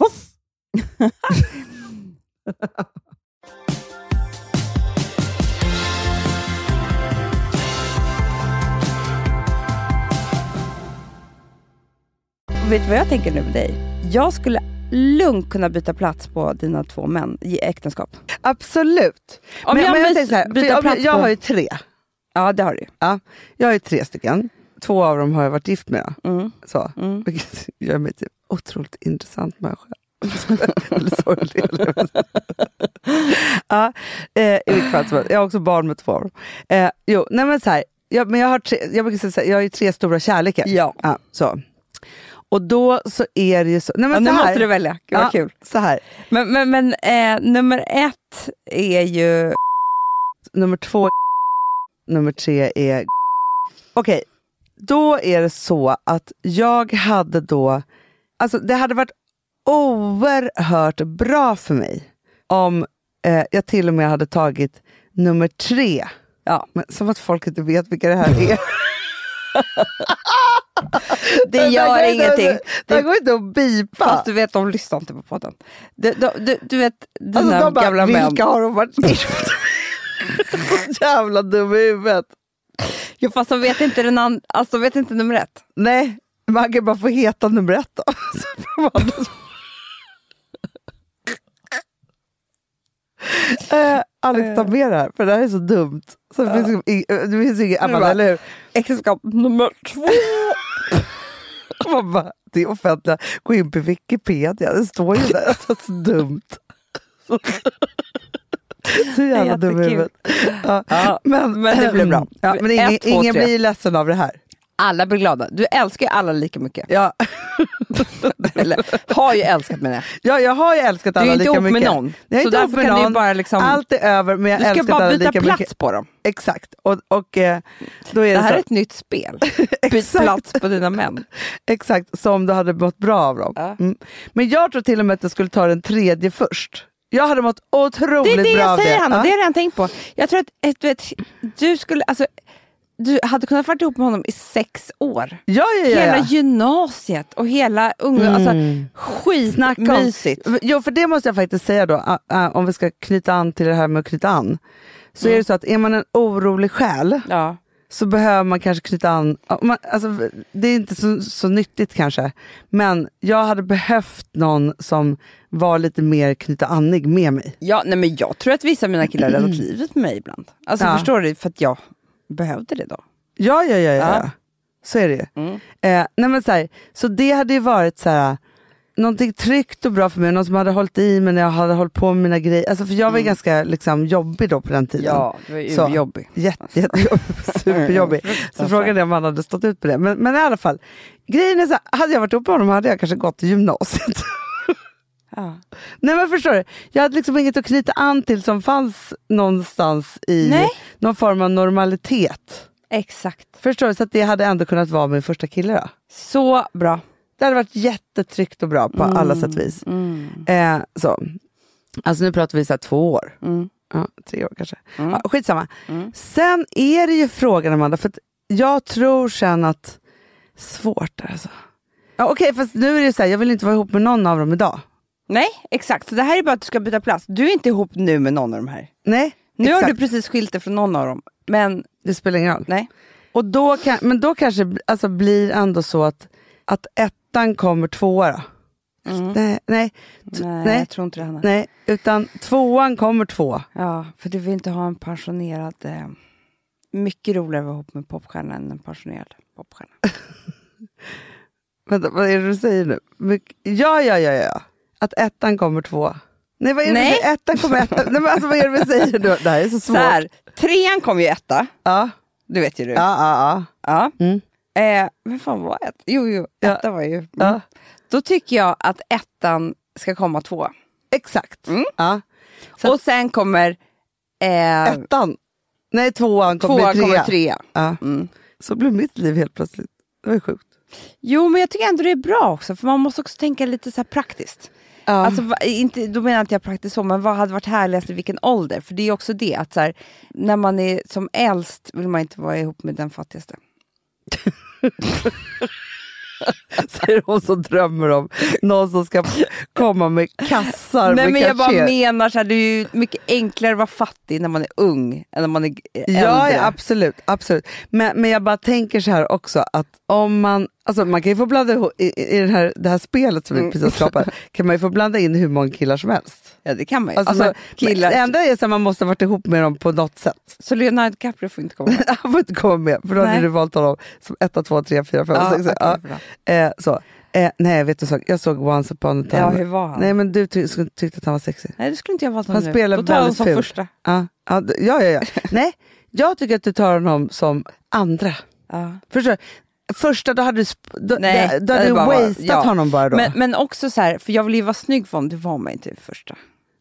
S5: Voff!
S1: vet du vad jag tänker nu med dig? Jag skulle lugnt kunna byta plats på dina två män i äktenskap.
S2: Absolut.
S1: Om
S2: men,
S1: jag
S2: men
S1: bys-
S2: jag, tänker så här, för
S1: byter
S2: jag,
S1: plats
S2: jag
S1: på-
S2: har ju tre.
S1: Ja, det har du ju.
S2: Ja, jag har ju tre stycken. Två av dem har jag varit gift med. Då.
S1: Mm.
S2: Så.
S1: Mm.
S2: Vilket gör mig till otroligt intressant människa. eller sorglig. eller vad man säger. ja, eh, i vilket fall som helst. Jag har också barn med två av dem. Eh, jo, nej men så här, jag, men jag, har tre, jag brukar säga så här, jag har ju tre stora kärlekar.
S1: Ja.
S2: så. Och då så är det ju så. Nej, men
S1: Ja,
S2: så
S1: nu
S2: här,
S1: måste du välja. Gud, vad
S2: Ja,
S1: kul.
S2: Så här.
S1: Men, men, men eh, nummer ett är ju...
S2: nummer två är nummer tre är Okej, då är det så att jag hade då, alltså det hade varit oerhört bra för mig om eh, jag till och med hade tagit nummer tre.
S1: Ja.
S2: Men som att folk inte vet vilka det här är.
S1: Det
S2: här
S1: gör
S2: går inte-
S1: ingenting.
S2: Det här
S1: Det,
S2: går inte att bipa.
S1: fast du vet, de lyssnar inte på podden. Du, du, du, du vet, dina
S2: Alltså, de bara,
S1: gamla män.
S2: vilka har de varit gift med?" Jävla dum i huvudet.
S1: Ja, fast de vet inte, den and- alltså, de vet inte nummer ett.
S2: Nej, man kan bara få heta nummer ett då. Så får man det. Eh, Alex, ta med det här, för det här är så dumt. Så det, finns, ju ing- eh, det finns ju inget
S1: bara-
S2: annat, eller hur?
S1: Äktenskap nummer två.
S2: Man bara, det är offentliga. Gå in på Wikipedia, det står ju där. Alltså, så dumt. Så jävla dum i
S1: jättekul.
S2: huvudet. Ja.
S1: Ja,
S2: Men,
S1: men det blir bra.
S2: Ja, men ingen,
S1: Ett, två,
S2: ingen
S1: tre.
S2: blir ledsen av det här.
S1: Alla blir glada. Du älskar ju alla lika mycket.
S2: Ja,
S1: Eller har ju älskat med det.
S2: ja, jag har ju älskat
S1: Du är
S2: alla
S1: inte
S2: lika
S1: ihop
S2: mycket.
S1: med någon.
S2: Jag är
S1: Så
S2: inte ihop
S1: därför
S2: med
S1: kan du ju
S2: någon.
S1: bara liksom-
S2: Allt är över, men jag
S1: Du ska
S2: älskar
S1: bara
S2: alla
S1: byta
S2: lika
S1: plats
S2: mycket.
S1: på dem. Alltså.
S2: Exakt. Och, och eh, då är det,
S1: Det här
S2: så,
S1: är ett nytt spel. Byt
S2: Exakt.
S1: plats på dina män.
S2: Exakt, som du hade mått bra av dem.
S1: Ja.
S2: Mm. Men jag tror till och med att jag skulle ta den tredje först. Jag hade mått
S1: Det
S2: otroligt
S1: är det
S2: bra
S1: jag
S2: av
S1: säger,
S2: det.
S1: Hanna.
S2: Ja.
S1: Det har jag redan tänkt på. Jag tror att ett, du vet, du skulle... Alltså, du hade kunnat vara ihop med honom i sex år.
S2: Ja, ja, ja, ja.
S1: Hela gymnasiet och hela ungdomen. Alltså, skitmysigt.
S2: Jo, för det måste jag faktiskt säga då, ä- ä, om vi ska knyta an till det här med att knyta an. Så
S1: Mm.
S2: är det så att är man en orolig själ
S1: Ja.
S2: så behöver man kanske knyta an, om man, alltså, det är inte så, så nyttigt kanske, men jag hade behövt någon som var lite mer knyta annig med mig.
S1: Ja, nej, men jag tror att vissa av mina killar har räddat livet med mig ibland. Alltså,
S2: Ja.
S1: Förstår du? För att jag behövde det då.
S2: Ja, ja, ja. ja.
S1: Ja.
S2: Så är det ju. Eh, nej men så, här, så det hade ju varit så här, någonting tryggt och bra för mig, någon som hade hållit i mig när jag hade hållit på med mina grejer. Alltså, för jag var ju ganska liksom, jobbig då på den tiden.
S1: det var ju
S2: Så.
S1: jobbig.
S2: Jätte, jättejobbig, superjobbig. Så frågan är om han hade stått ut med det. Men, men i alla fall, grejen är så här, hade jag varit ihop med honom hade jag kanske gått i gymnasiet.
S1: Ja.
S2: Nej men förstår du, jag hade liksom inget att knyta an till som fanns någonstans i
S1: Nej.
S2: någon form av normalitet.
S1: Exakt.
S2: Förstår du, så att det hade ändå kunnat vara min första kille då.
S1: Så bra.
S2: Det hade varit jättetryggt och bra på
S1: Mm,
S2: alla sätt och vis. Eh, så. Alltså nu pratar vi så här två år.
S1: Mm.
S2: Ja, tre år kanske. Ja, skitsamma. Sen är det ju frågan Amanda, för att jag tror sen att... Svårt alltså. Ja, Okej, fast nu är det ju så här, jag vill inte vara ihop med någon av dem idag.
S1: Nej, exakt. Så det här är bara att du ska byta plats. Du är inte ihop nu med någon av de här.
S2: Nej,
S1: Nu
S2: exakt.
S1: har du precis skilt dig från någon av dem. Men
S2: Det spelar ingen roll.
S1: nej.
S2: Och då kan, men då kanske det bl- alltså, blir ändå så att, att ettan kommer tvåa då. Nej, nej, t-
S1: Mm. Nej,
S2: nej,
S1: jag tror inte det Hanna.
S2: nej, utan tvåan kommer två.
S1: Ja, för du vill inte ha en pensionerad... Eh, mycket roligare att vara ihop med popstjärna än en pensionerad popstjärna.
S2: Vänta, vad är det du säger nu? Myck- Ja, ja, ja, ja. Att ettan kommer två. Nej, vad är det
S1: Nej.
S2: du säger? Ettan kommer ettan. Nej, men alltså, vad är det du säger nu? Det här är så
S1: Så
S2: svårt. Ja,
S1: här, trean kom ju etta.
S2: ja,
S1: Du vet ju du.
S2: ja.
S1: Ja.
S2: Mm.
S1: Eh, men fan var ett? Jo, jo,
S2: Ja.
S1: etta var ju... Mm.
S2: ja.
S1: Då tycker jag att ettan ska komma två.
S2: Exakt.
S1: Mm.
S2: Ja. Så-
S1: Och sen kommer... Eh,
S2: Ettan. Nej, tvåan kommer
S1: tvåan
S2: trea.
S1: kommer trea.
S2: Ja.
S1: Mm.
S2: Så blev mitt liv helt plötsligt. Det var ju sjukt.
S1: Jo, men jag tycker ändå det är bra också, för man måste också tänka lite så här praktiskt.
S2: Ja.
S1: Alltså, va- inte, då menar jag inte jag praktiskt så, men vad hade varit härligast i vilken ålder? För det är också det, att så här, när man är som äldst vill man inte vara ihop med den fattigaste.
S2: Säger hon som drömmer om någon som ska komma med kassar
S1: Nej,
S2: med
S1: men jag bara
S2: kachet.
S1: menar, så här, det är ju mycket enklare att vara fattig när man är ung än när man är eh, äldre.
S2: Ja, ja absolut. absolut. Men, men jag bara tänker så här också, att om man Alltså man kan ju få blanda ihop, i, i i den här, det här spelet som
S1: Mm.
S2: vi precis har skapat, kan man ju få blanda in hur många killar som helst.
S1: Ja, det kan man ju.
S2: Alltså,
S1: Alltså,
S2: man,
S1: killar,
S2: Det enda är att man måste ha varit ihop med dem på något sätt.
S1: Så Leonardo DiCaprio får inte komma med.
S2: Han får inte komma med, för då hade
S1: Nej.
S2: du valt honom som etta, två, tre, fyra, fem,
S1: Ja,
S2: sex.
S1: okej,
S2: ja.
S1: bra.
S2: Eh, så. Eh, nej, vet du en sak? Jag såg Once upon a time.
S1: Ja, hur var han? Nej,
S2: Nej, men du ty- skulle- tyckte att han var sexig.
S1: det skulle inte jag valt honom
S2: Han
S1: nu.
S2: spelar
S1: Då tar jag honom
S2: väldigt
S1: som
S2: fult.
S1: första.
S2: Ja, ja, d- ja, ja, ja. nej, jag tycker att du tar honom som andra.
S1: Ja.
S2: Förstår du? Första, då hade du, sp- då,
S1: Nej,
S2: nej, då
S1: det
S2: hade
S1: hade
S2: du
S1: bara varit-
S2: wasteat
S1: ja.
S2: honom bara då.
S1: Men, men också så här, för jag vill ju vara snygg för honom, det var man inte i första.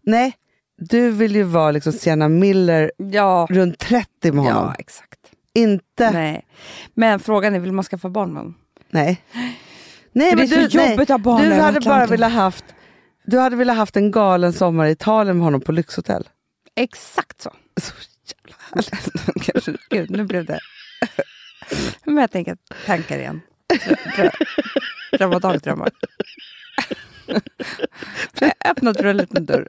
S2: Nej, du vill ju vara liksom Sienna Miller
S1: Ja,
S2: runt 30 med honom.
S1: ja exakt.
S2: Inte... Nej.
S1: Nej. Men frågan är, vill man skaffa barn med honom?
S2: Nej,
S1: Det
S2: men
S1: är så
S2: nej.
S1: jobbigt att ha barn
S2: Du
S1: över
S2: hade bara
S1: Atlanten.
S2: velat haft du hade velat haft en galen sommar i Italien med honom på lyxhotell.
S1: Exakt så.
S2: Så jävla härligt. Kanske.
S1: Gud, nu blev det... Nu börjar jag tänka tankar igen. Drö- drö- Drömmar dagdrömmar. Jag öppnade för en liten dörr.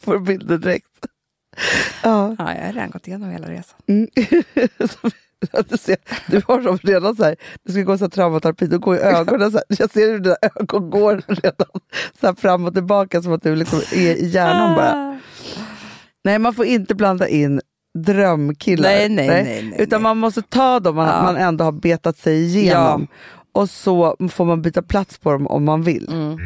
S2: Får bilder direkt. Ja.
S1: Ja, jag har redan gått igenom hela resan.
S2: Mm. Så att du, ser, du har som redan så här, du ska gå så här traumaterapi, då går ju ögonen så här, jag ser hur dina ögon går redan så här fram och tillbaka som att du liksom är i hjärnan bara.
S1: Ah.
S2: Nej, man får inte blanda in drömkillar.
S1: Nej, nej, nej, nej,
S2: Utan
S1: nej.
S2: man måste ta dem man,
S1: Ja.
S2: man ändå har betat sig igenom. Och så får man byta plats på dem om man vill.
S1: Mm.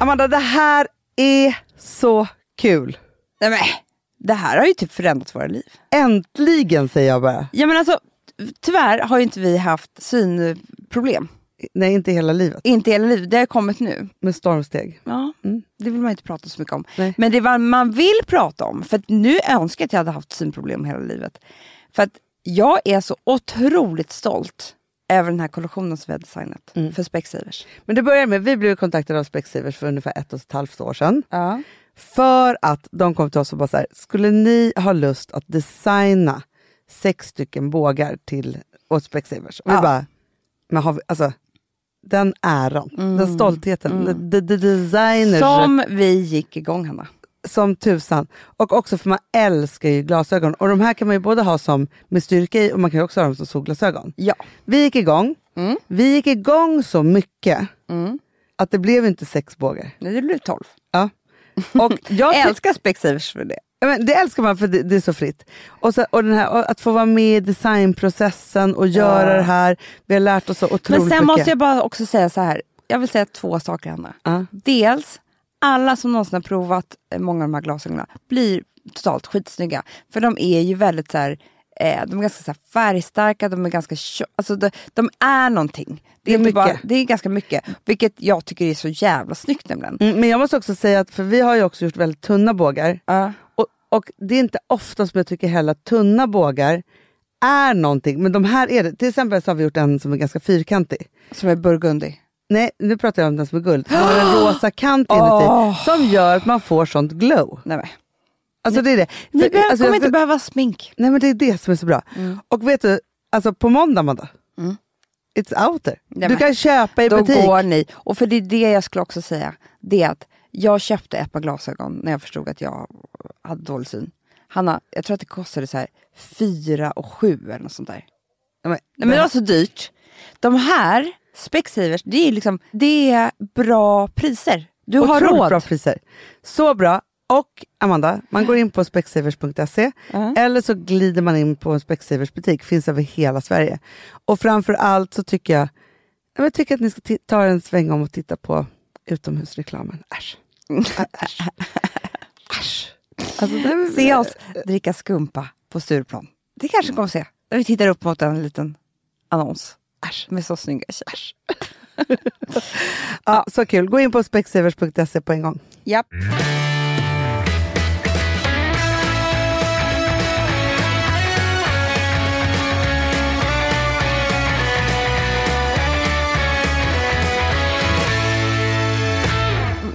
S2: Amanda, det här är så kul.
S1: Nej, men, det här har ju typ förändrat våra liv.
S2: Äntligen säger jag bara.
S1: Ja, men alltså, tyvärr har ju inte vi haft synproblem.
S2: Nej, inte hela livet.
S1: Inte hela livet, det har kommit nu.
S2: Med stormsteg.
S1: Ja, mm. Det vill man inte prata så mycket om.
S2: Nej.
S1: Men det var man vill prata om, för att nu önskar jag att jag hade haft synproblem hela livet. För att jag är så otroligt stolt över den här kollektionen som vi har designat
S2: Mm.
S1: för Specsavers.
S2: Men det börjar med, vi blev kontaktade av Specsavers för ungefär ett och ett halvt år sedan. För att de kom till oss och bara så här, skulle ni ha lust att designa sex stycken bågar till, åt Specsavers? Och vi
S1: Ja.
S2: bara, men har vi, alltså, den äran, den stoltheten, the, the, the designers som...
S1: Som vi gick igång, Hanna.
S2: tusan. Och också för man älskar ju glasögon. Och de här kan man ju både ha som med styrka i och man kan ju också ha dem som solglasögon.
S1: Ja.
S2: Vi gick igång.
S1: Mm.
S2: Vi gick igång så mycket att det blev inte sex bågar.
S1: Nej, det blev 12.
S2: Ja. Och jag
S1: Jag
S2: ty-
S1: älskar Specsavers för det.
S2: Ja, men det älskar man för det, det är så fritt. Och, så, och, den här, och att få vara med i designprocessen och göra det här. Vi har lärt oss så otroligt
S1: Men sen
S2: mycket.
S1: måste jag bara också säga så här. Jag vill säga två saker, Hanna.
S2: Ja.
S1: Dels, alla som någonsin har provat eh, många av de här glasögonen blir totalt skitsnygga. För de är ju väldigt så här, eh, de är ganska så här färgstarka, de är ganska tjo- alltså de, de är någonting. Det är,
S2: Det är
S1: inte bara,
S2: mycket.
S1: det är ganska mycket, vilket jag tycker är så jävla snyggt nämligen.
S2: Mm, men jag måste också säga att, för vi har ju också gjort väldigt tunna bågar.
S1: Ja.
S2: Och, och det är inte ofta som jag tycker heller att tunna bågar är någonting. Men de här är det. Till exempel så har vi gjort en som är ganska fyrkantig.
S1: Som är burgundy.
S2: Nej, nu pratar jag om den som är guld. Den har en rosa kant inuti
S1: Åh.
S2: som gör att man får sånt glow.
S1: Nej, men.
S2: Alltså det är det.
S1: Ni
S2: För-
S1: behöver,
S2: alltså,
S1: kommer
S2: jag ska-
S1: inte Mm. behöva smink.
S2: Nej men det är det som är så bra. Och vet du, alltså på måndag Amanda, it's out there.
S1: Mm. Nej,
S2: du
S1: men-
S2: kan köpa i
S1: Då
S2: butik.
S1: går ni. Och för det är det jag skulle också säga. Det är att jag köpte ett par glasögon när jag förstod att jag hade dålig syn. Hanna, jag tror att det kostade så här 4 och 7 eller något sånt där.
S2: Nej, men,
S1: Nej, men det var så dyrt. De här, Specsavers, det är liksom, det är bra priser. Du har
S2: Otroligt
S1: råd.
S2: bra priser. Så bra. Och Amanda, man går in på specsavers.se eller så glider man in på en Specsavers butik, finns över hela Sverige. Och framför allt så tycker jag, Ja, men jag tycker att ni ska ti- ta en sväng om och titta på utomhusreklamen. Äsch. Ä- Äsch. Äsch. Alltså, det är-
S1: Se oss dricka skumpa på Stureplan. Det kanske kommer se. När vi tittar upp mot en liten annons. Äsch, med så snygga tjejer.
S2: Ja, Ah, så kul. Gå in på specsavers.se på en gång.
S1: Japp.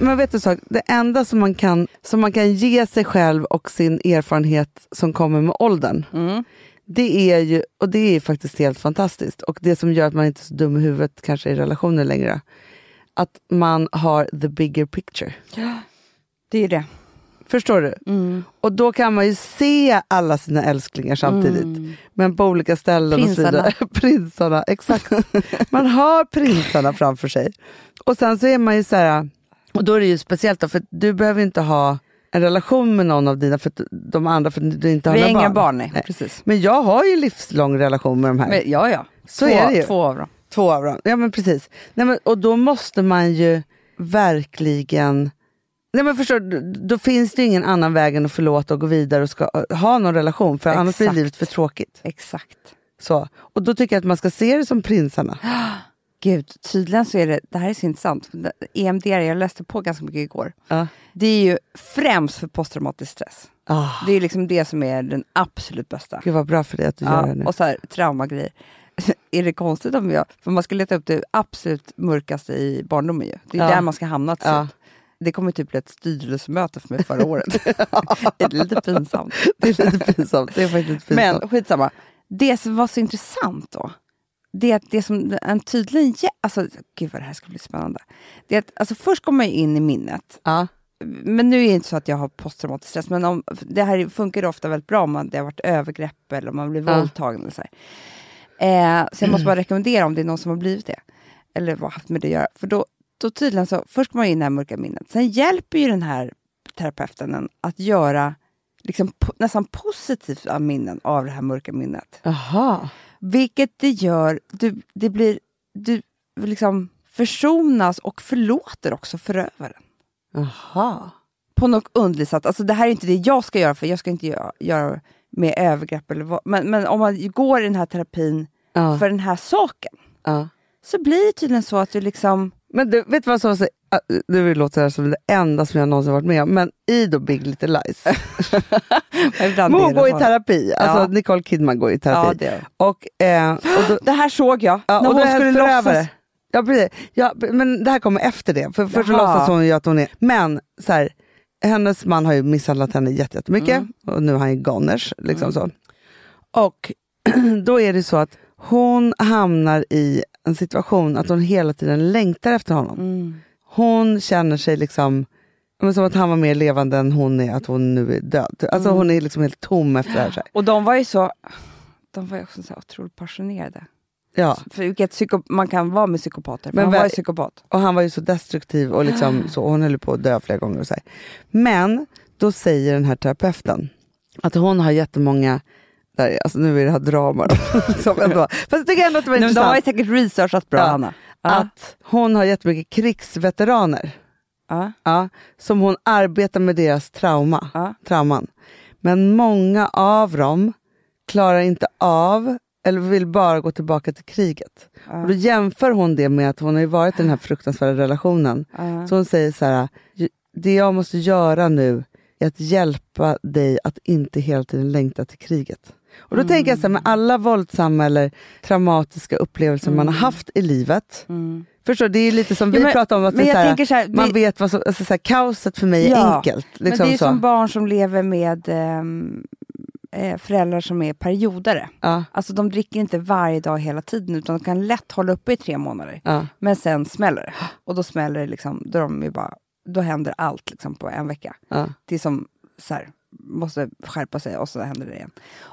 S2: Men vet du sak, det enda som man, kan, som man kan ge sig själv och sin erfarenhet som kommer med åldern, Det är ju och det är faktiskt helt fantastiskt. Och det som gör att man inte är så dum i huvudet kanske i relationer längre. Att man har the bigger picture.
S1: Det är det.
S2: Förstår du?
S1: Mm.
S2: Och då kan man ju se alla sina älsklingar samtidigt.
S1: Mm.
S2: Men på olika ställen och så vidare. Prinsarna. Exakt. Man har prinsarna framför sig. Och sen så är man ju så här, och då är det ju speciellt då, för du behöver ju inte ha en relation med någon av dina, för att de andra, för att du inte har
S1: Vi har
S2: några
S1: inga
S2: barn.
S1: barn, nej.
S2: Nej.
S1: Precis.
S2: Men jag har ju livslång relation med de här.
S1: Men, ja, ja.
S2: Så
S1: två,
S2: är det ju.
S1: Två av dem.
S2: Två av dem. Ja men precis. Nej, men, och då måste man ju verkligen... Nej, men förstår, du, då finns det ju ingen annan väg än att förlåta och gå vidare och ska, eh, ha någon relation. För annars blir
S1: Exakt.
S2: livet för tråkigt.
S1: Exakt.
S2: Så. Och då tycker jag att man ska se det som prinsarna.
S1: Gud, tydligen så är det, det här är så intressant, för det- EMDR, jag läste på ganska mycket igår.
S2: Ja.
S1: Det är ju främst för posttraumatisk stress.
S2: Ah,
S1: Det är liksom det som är den absolut bästa.
S2: Gud vad bra för dig att du gör det
S1: Ja,
S2: nu.
S1: och så här, traumagrejer. är det konstigt om jag... För man ska leta upp det absolut mörkaste i barndomen ju. Det är
S2: Ja.
S1: där man ska hamna till
S2: Ja.
S1: slut. Det kommer typ bli ett styrelsemöte för mig förra året. det är lite pinsamt.
S2: Det är lite pinsamt. Det är faktiskt lite pinsamt.
S1: Men skitsamma. Det som var så intressant då, det är att det som en tydligen... ge- Alltså, gud vad det här ska bli spännande. Det är att, alltså, först kommer man ju in i minnet.
S2: Ja.
S1: Men nu är det inte så att jag har posttraumatisk stress, men om, det här funkar ju ofta väldigt bra om man, det har varit övergrepp eller om man blir
S2: Ja.
S1: våldtagen. Eller så, här. Eh, så jag måste bara rekommendera om det är någon som har blivit det, eller vad haft med det att göra. För då, då tydligen så, först kommer man in i det här mörka minnet, sen hjälper ju den här terapeuten en att göra liksom, po- nästan positiva minnen av det här mörka minnet.
S2: Jaha.
S1: Vilket det gör, du, det blir, du liksom försonas och förlåter också förövaren
S2: Jaha.
S1: på något underligt sätt. Alltså det här är inte det jag ska göra, för jag ska inte göra, göra med övergrepp. Eller vad, men, men om man går i den här terapin
S2: Ja.
S1: för den här saken,
S2: Ja.
S1: så blir det tydligen så att du liksom...
S2: Men du, vet du vad som var så, ah, nu låter det här som det enda som jag någonsin varit med om, men i då Big Little Lies. Men hon går i terapi, alltså
S1: Ja.
S2: Nicole Kidman går i
S1: Ja,
S2: terapi.
S1: det, gör
S2: och, eh, och då,
S1: hon. det här såg jag,
S2: ja,
S1: när
S2: och då
S1: hon
S2: är
S1: skulle
S2: en förövare.
S1: låtsas...
S2: Ja, precis. Ja, b- men det här kommer efter det, för först så
S1: Jaha.
S2: låtsas hon ju att hon är... Men så här, hennes man har ju misshandlat henne jätte- jättemycket och nu är han ju goners. Liksom så. Och då är det så att hon hamnar i en situation att hon hela tiden längtar efter honom. Hon känner sig liksom men som att han var mer levande än hon är, att hon nu är död. Alltså hon är liksom helt tom efter det här. Så här.
S1: Och de var ju så... De var ju också så här otroligt passionerade.
S2: Ja.
S1: För vilket psyko, man kan vara med psykopater,
S2: Men
S1: men han
S2: väl-
S1: var ju psykopat.
S2: Och han var ju så destruktiv och
S1: Ah.
S2: liksom, så, hon höll på att dö flera gånger. Och så här. Men då säger den här terapeuten att hon har jättemånga, där, alltså nu är det här dramat. liksom ändå. Fast jag tycker ändå att det var
S1: Nej, men de
S2: intressant.
S1: har ju säkert researchat bra,
S2: Ja.
S1: Hanna.
S2: Att hon har jättemycket krigsveteraner.
S1: Ja.
S2: Ja, som hon arbetar med deras trauma,
S1: Ja.
S2: trauman. Men många av dem klarar inte av eller vill bara gå tillbaka till kriget. Och då jämför hon det med att hon har ju varit i den här fruktansvärda relationen. Så hon säger så här, "Ju- det jag måste göra nu är att hjälpa dig att inte hela tiden längta till kriget. Och då tänker jag så här, med alla våldsamma eller traumatiska upplevelser man har haft i livet. Förstår du? Det är ju lite som
S1: Mm. Ja,
S2: vi
S1: men-
S2: pratade om, att
S1: men
S2: det
S1: jag
S2: är så här,
S1: tänker så här, det-
S2: man vet vad som, alltså, så här, kaoset för mig är
S1: Ja,
S2: enkelt.
S1: Men
S2: Liksom
S1: det är
S2: så.
S1: som barn som lever med ehm, eh, föräldrar som är periodare.
S2: ja,
S1: Alltså de dricker inte varje dag hela tiden, utan de kan lätt hålla uppe i tre månader.
S2: ja,
S1: Men sen smäller det. Och då smäller det liksom, då, är de ju bara, då händer allt liksom på en vecka.
S2: ja.
S1: Tills de så här, måste skärpa sig och så händer det igen.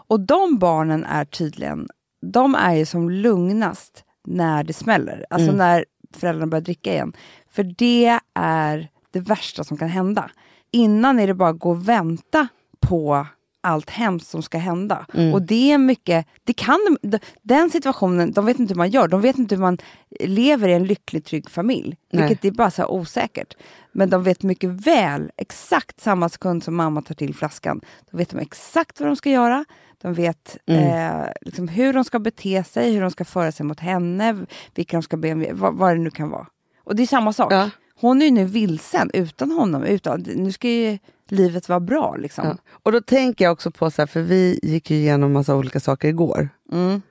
S1: Och de barnen är tydligen, de är ju som lugnast när det smäller. Alltså när föräldrarna börjar dricka igen. För det är det värsta som kan hända. Innan är det bara att gå och vänta på allt hemskt som ska hända. Och det är mycket, det kan, de- de- den situationen, de vet inte hur man gör, de vet inte hur man lever i en lycklig, trygg familj.
S2: Nej.
S1: Vilket är bara så här osäkert. Men de vet mycket väl, exakt samma sekund som mamma tar till flaskan, då vet de exakt vad de ska göra, de vet
S2: Mm.
S1: eh, liksom hur de ska bete sig, hur de ska föra sig mot henne, vilka de ska be om, vad, vad det nu kan vara. Och det är samma sak.
S2: Ja.
S1: Hon är ju nu vilsen utan honom. Utan, nu ska ju livet vara bra. Liksom.
S2: ja. Och då tänker jag också på, så här, för vi gick ju igenom massa olika saker igår.
S1: Mm.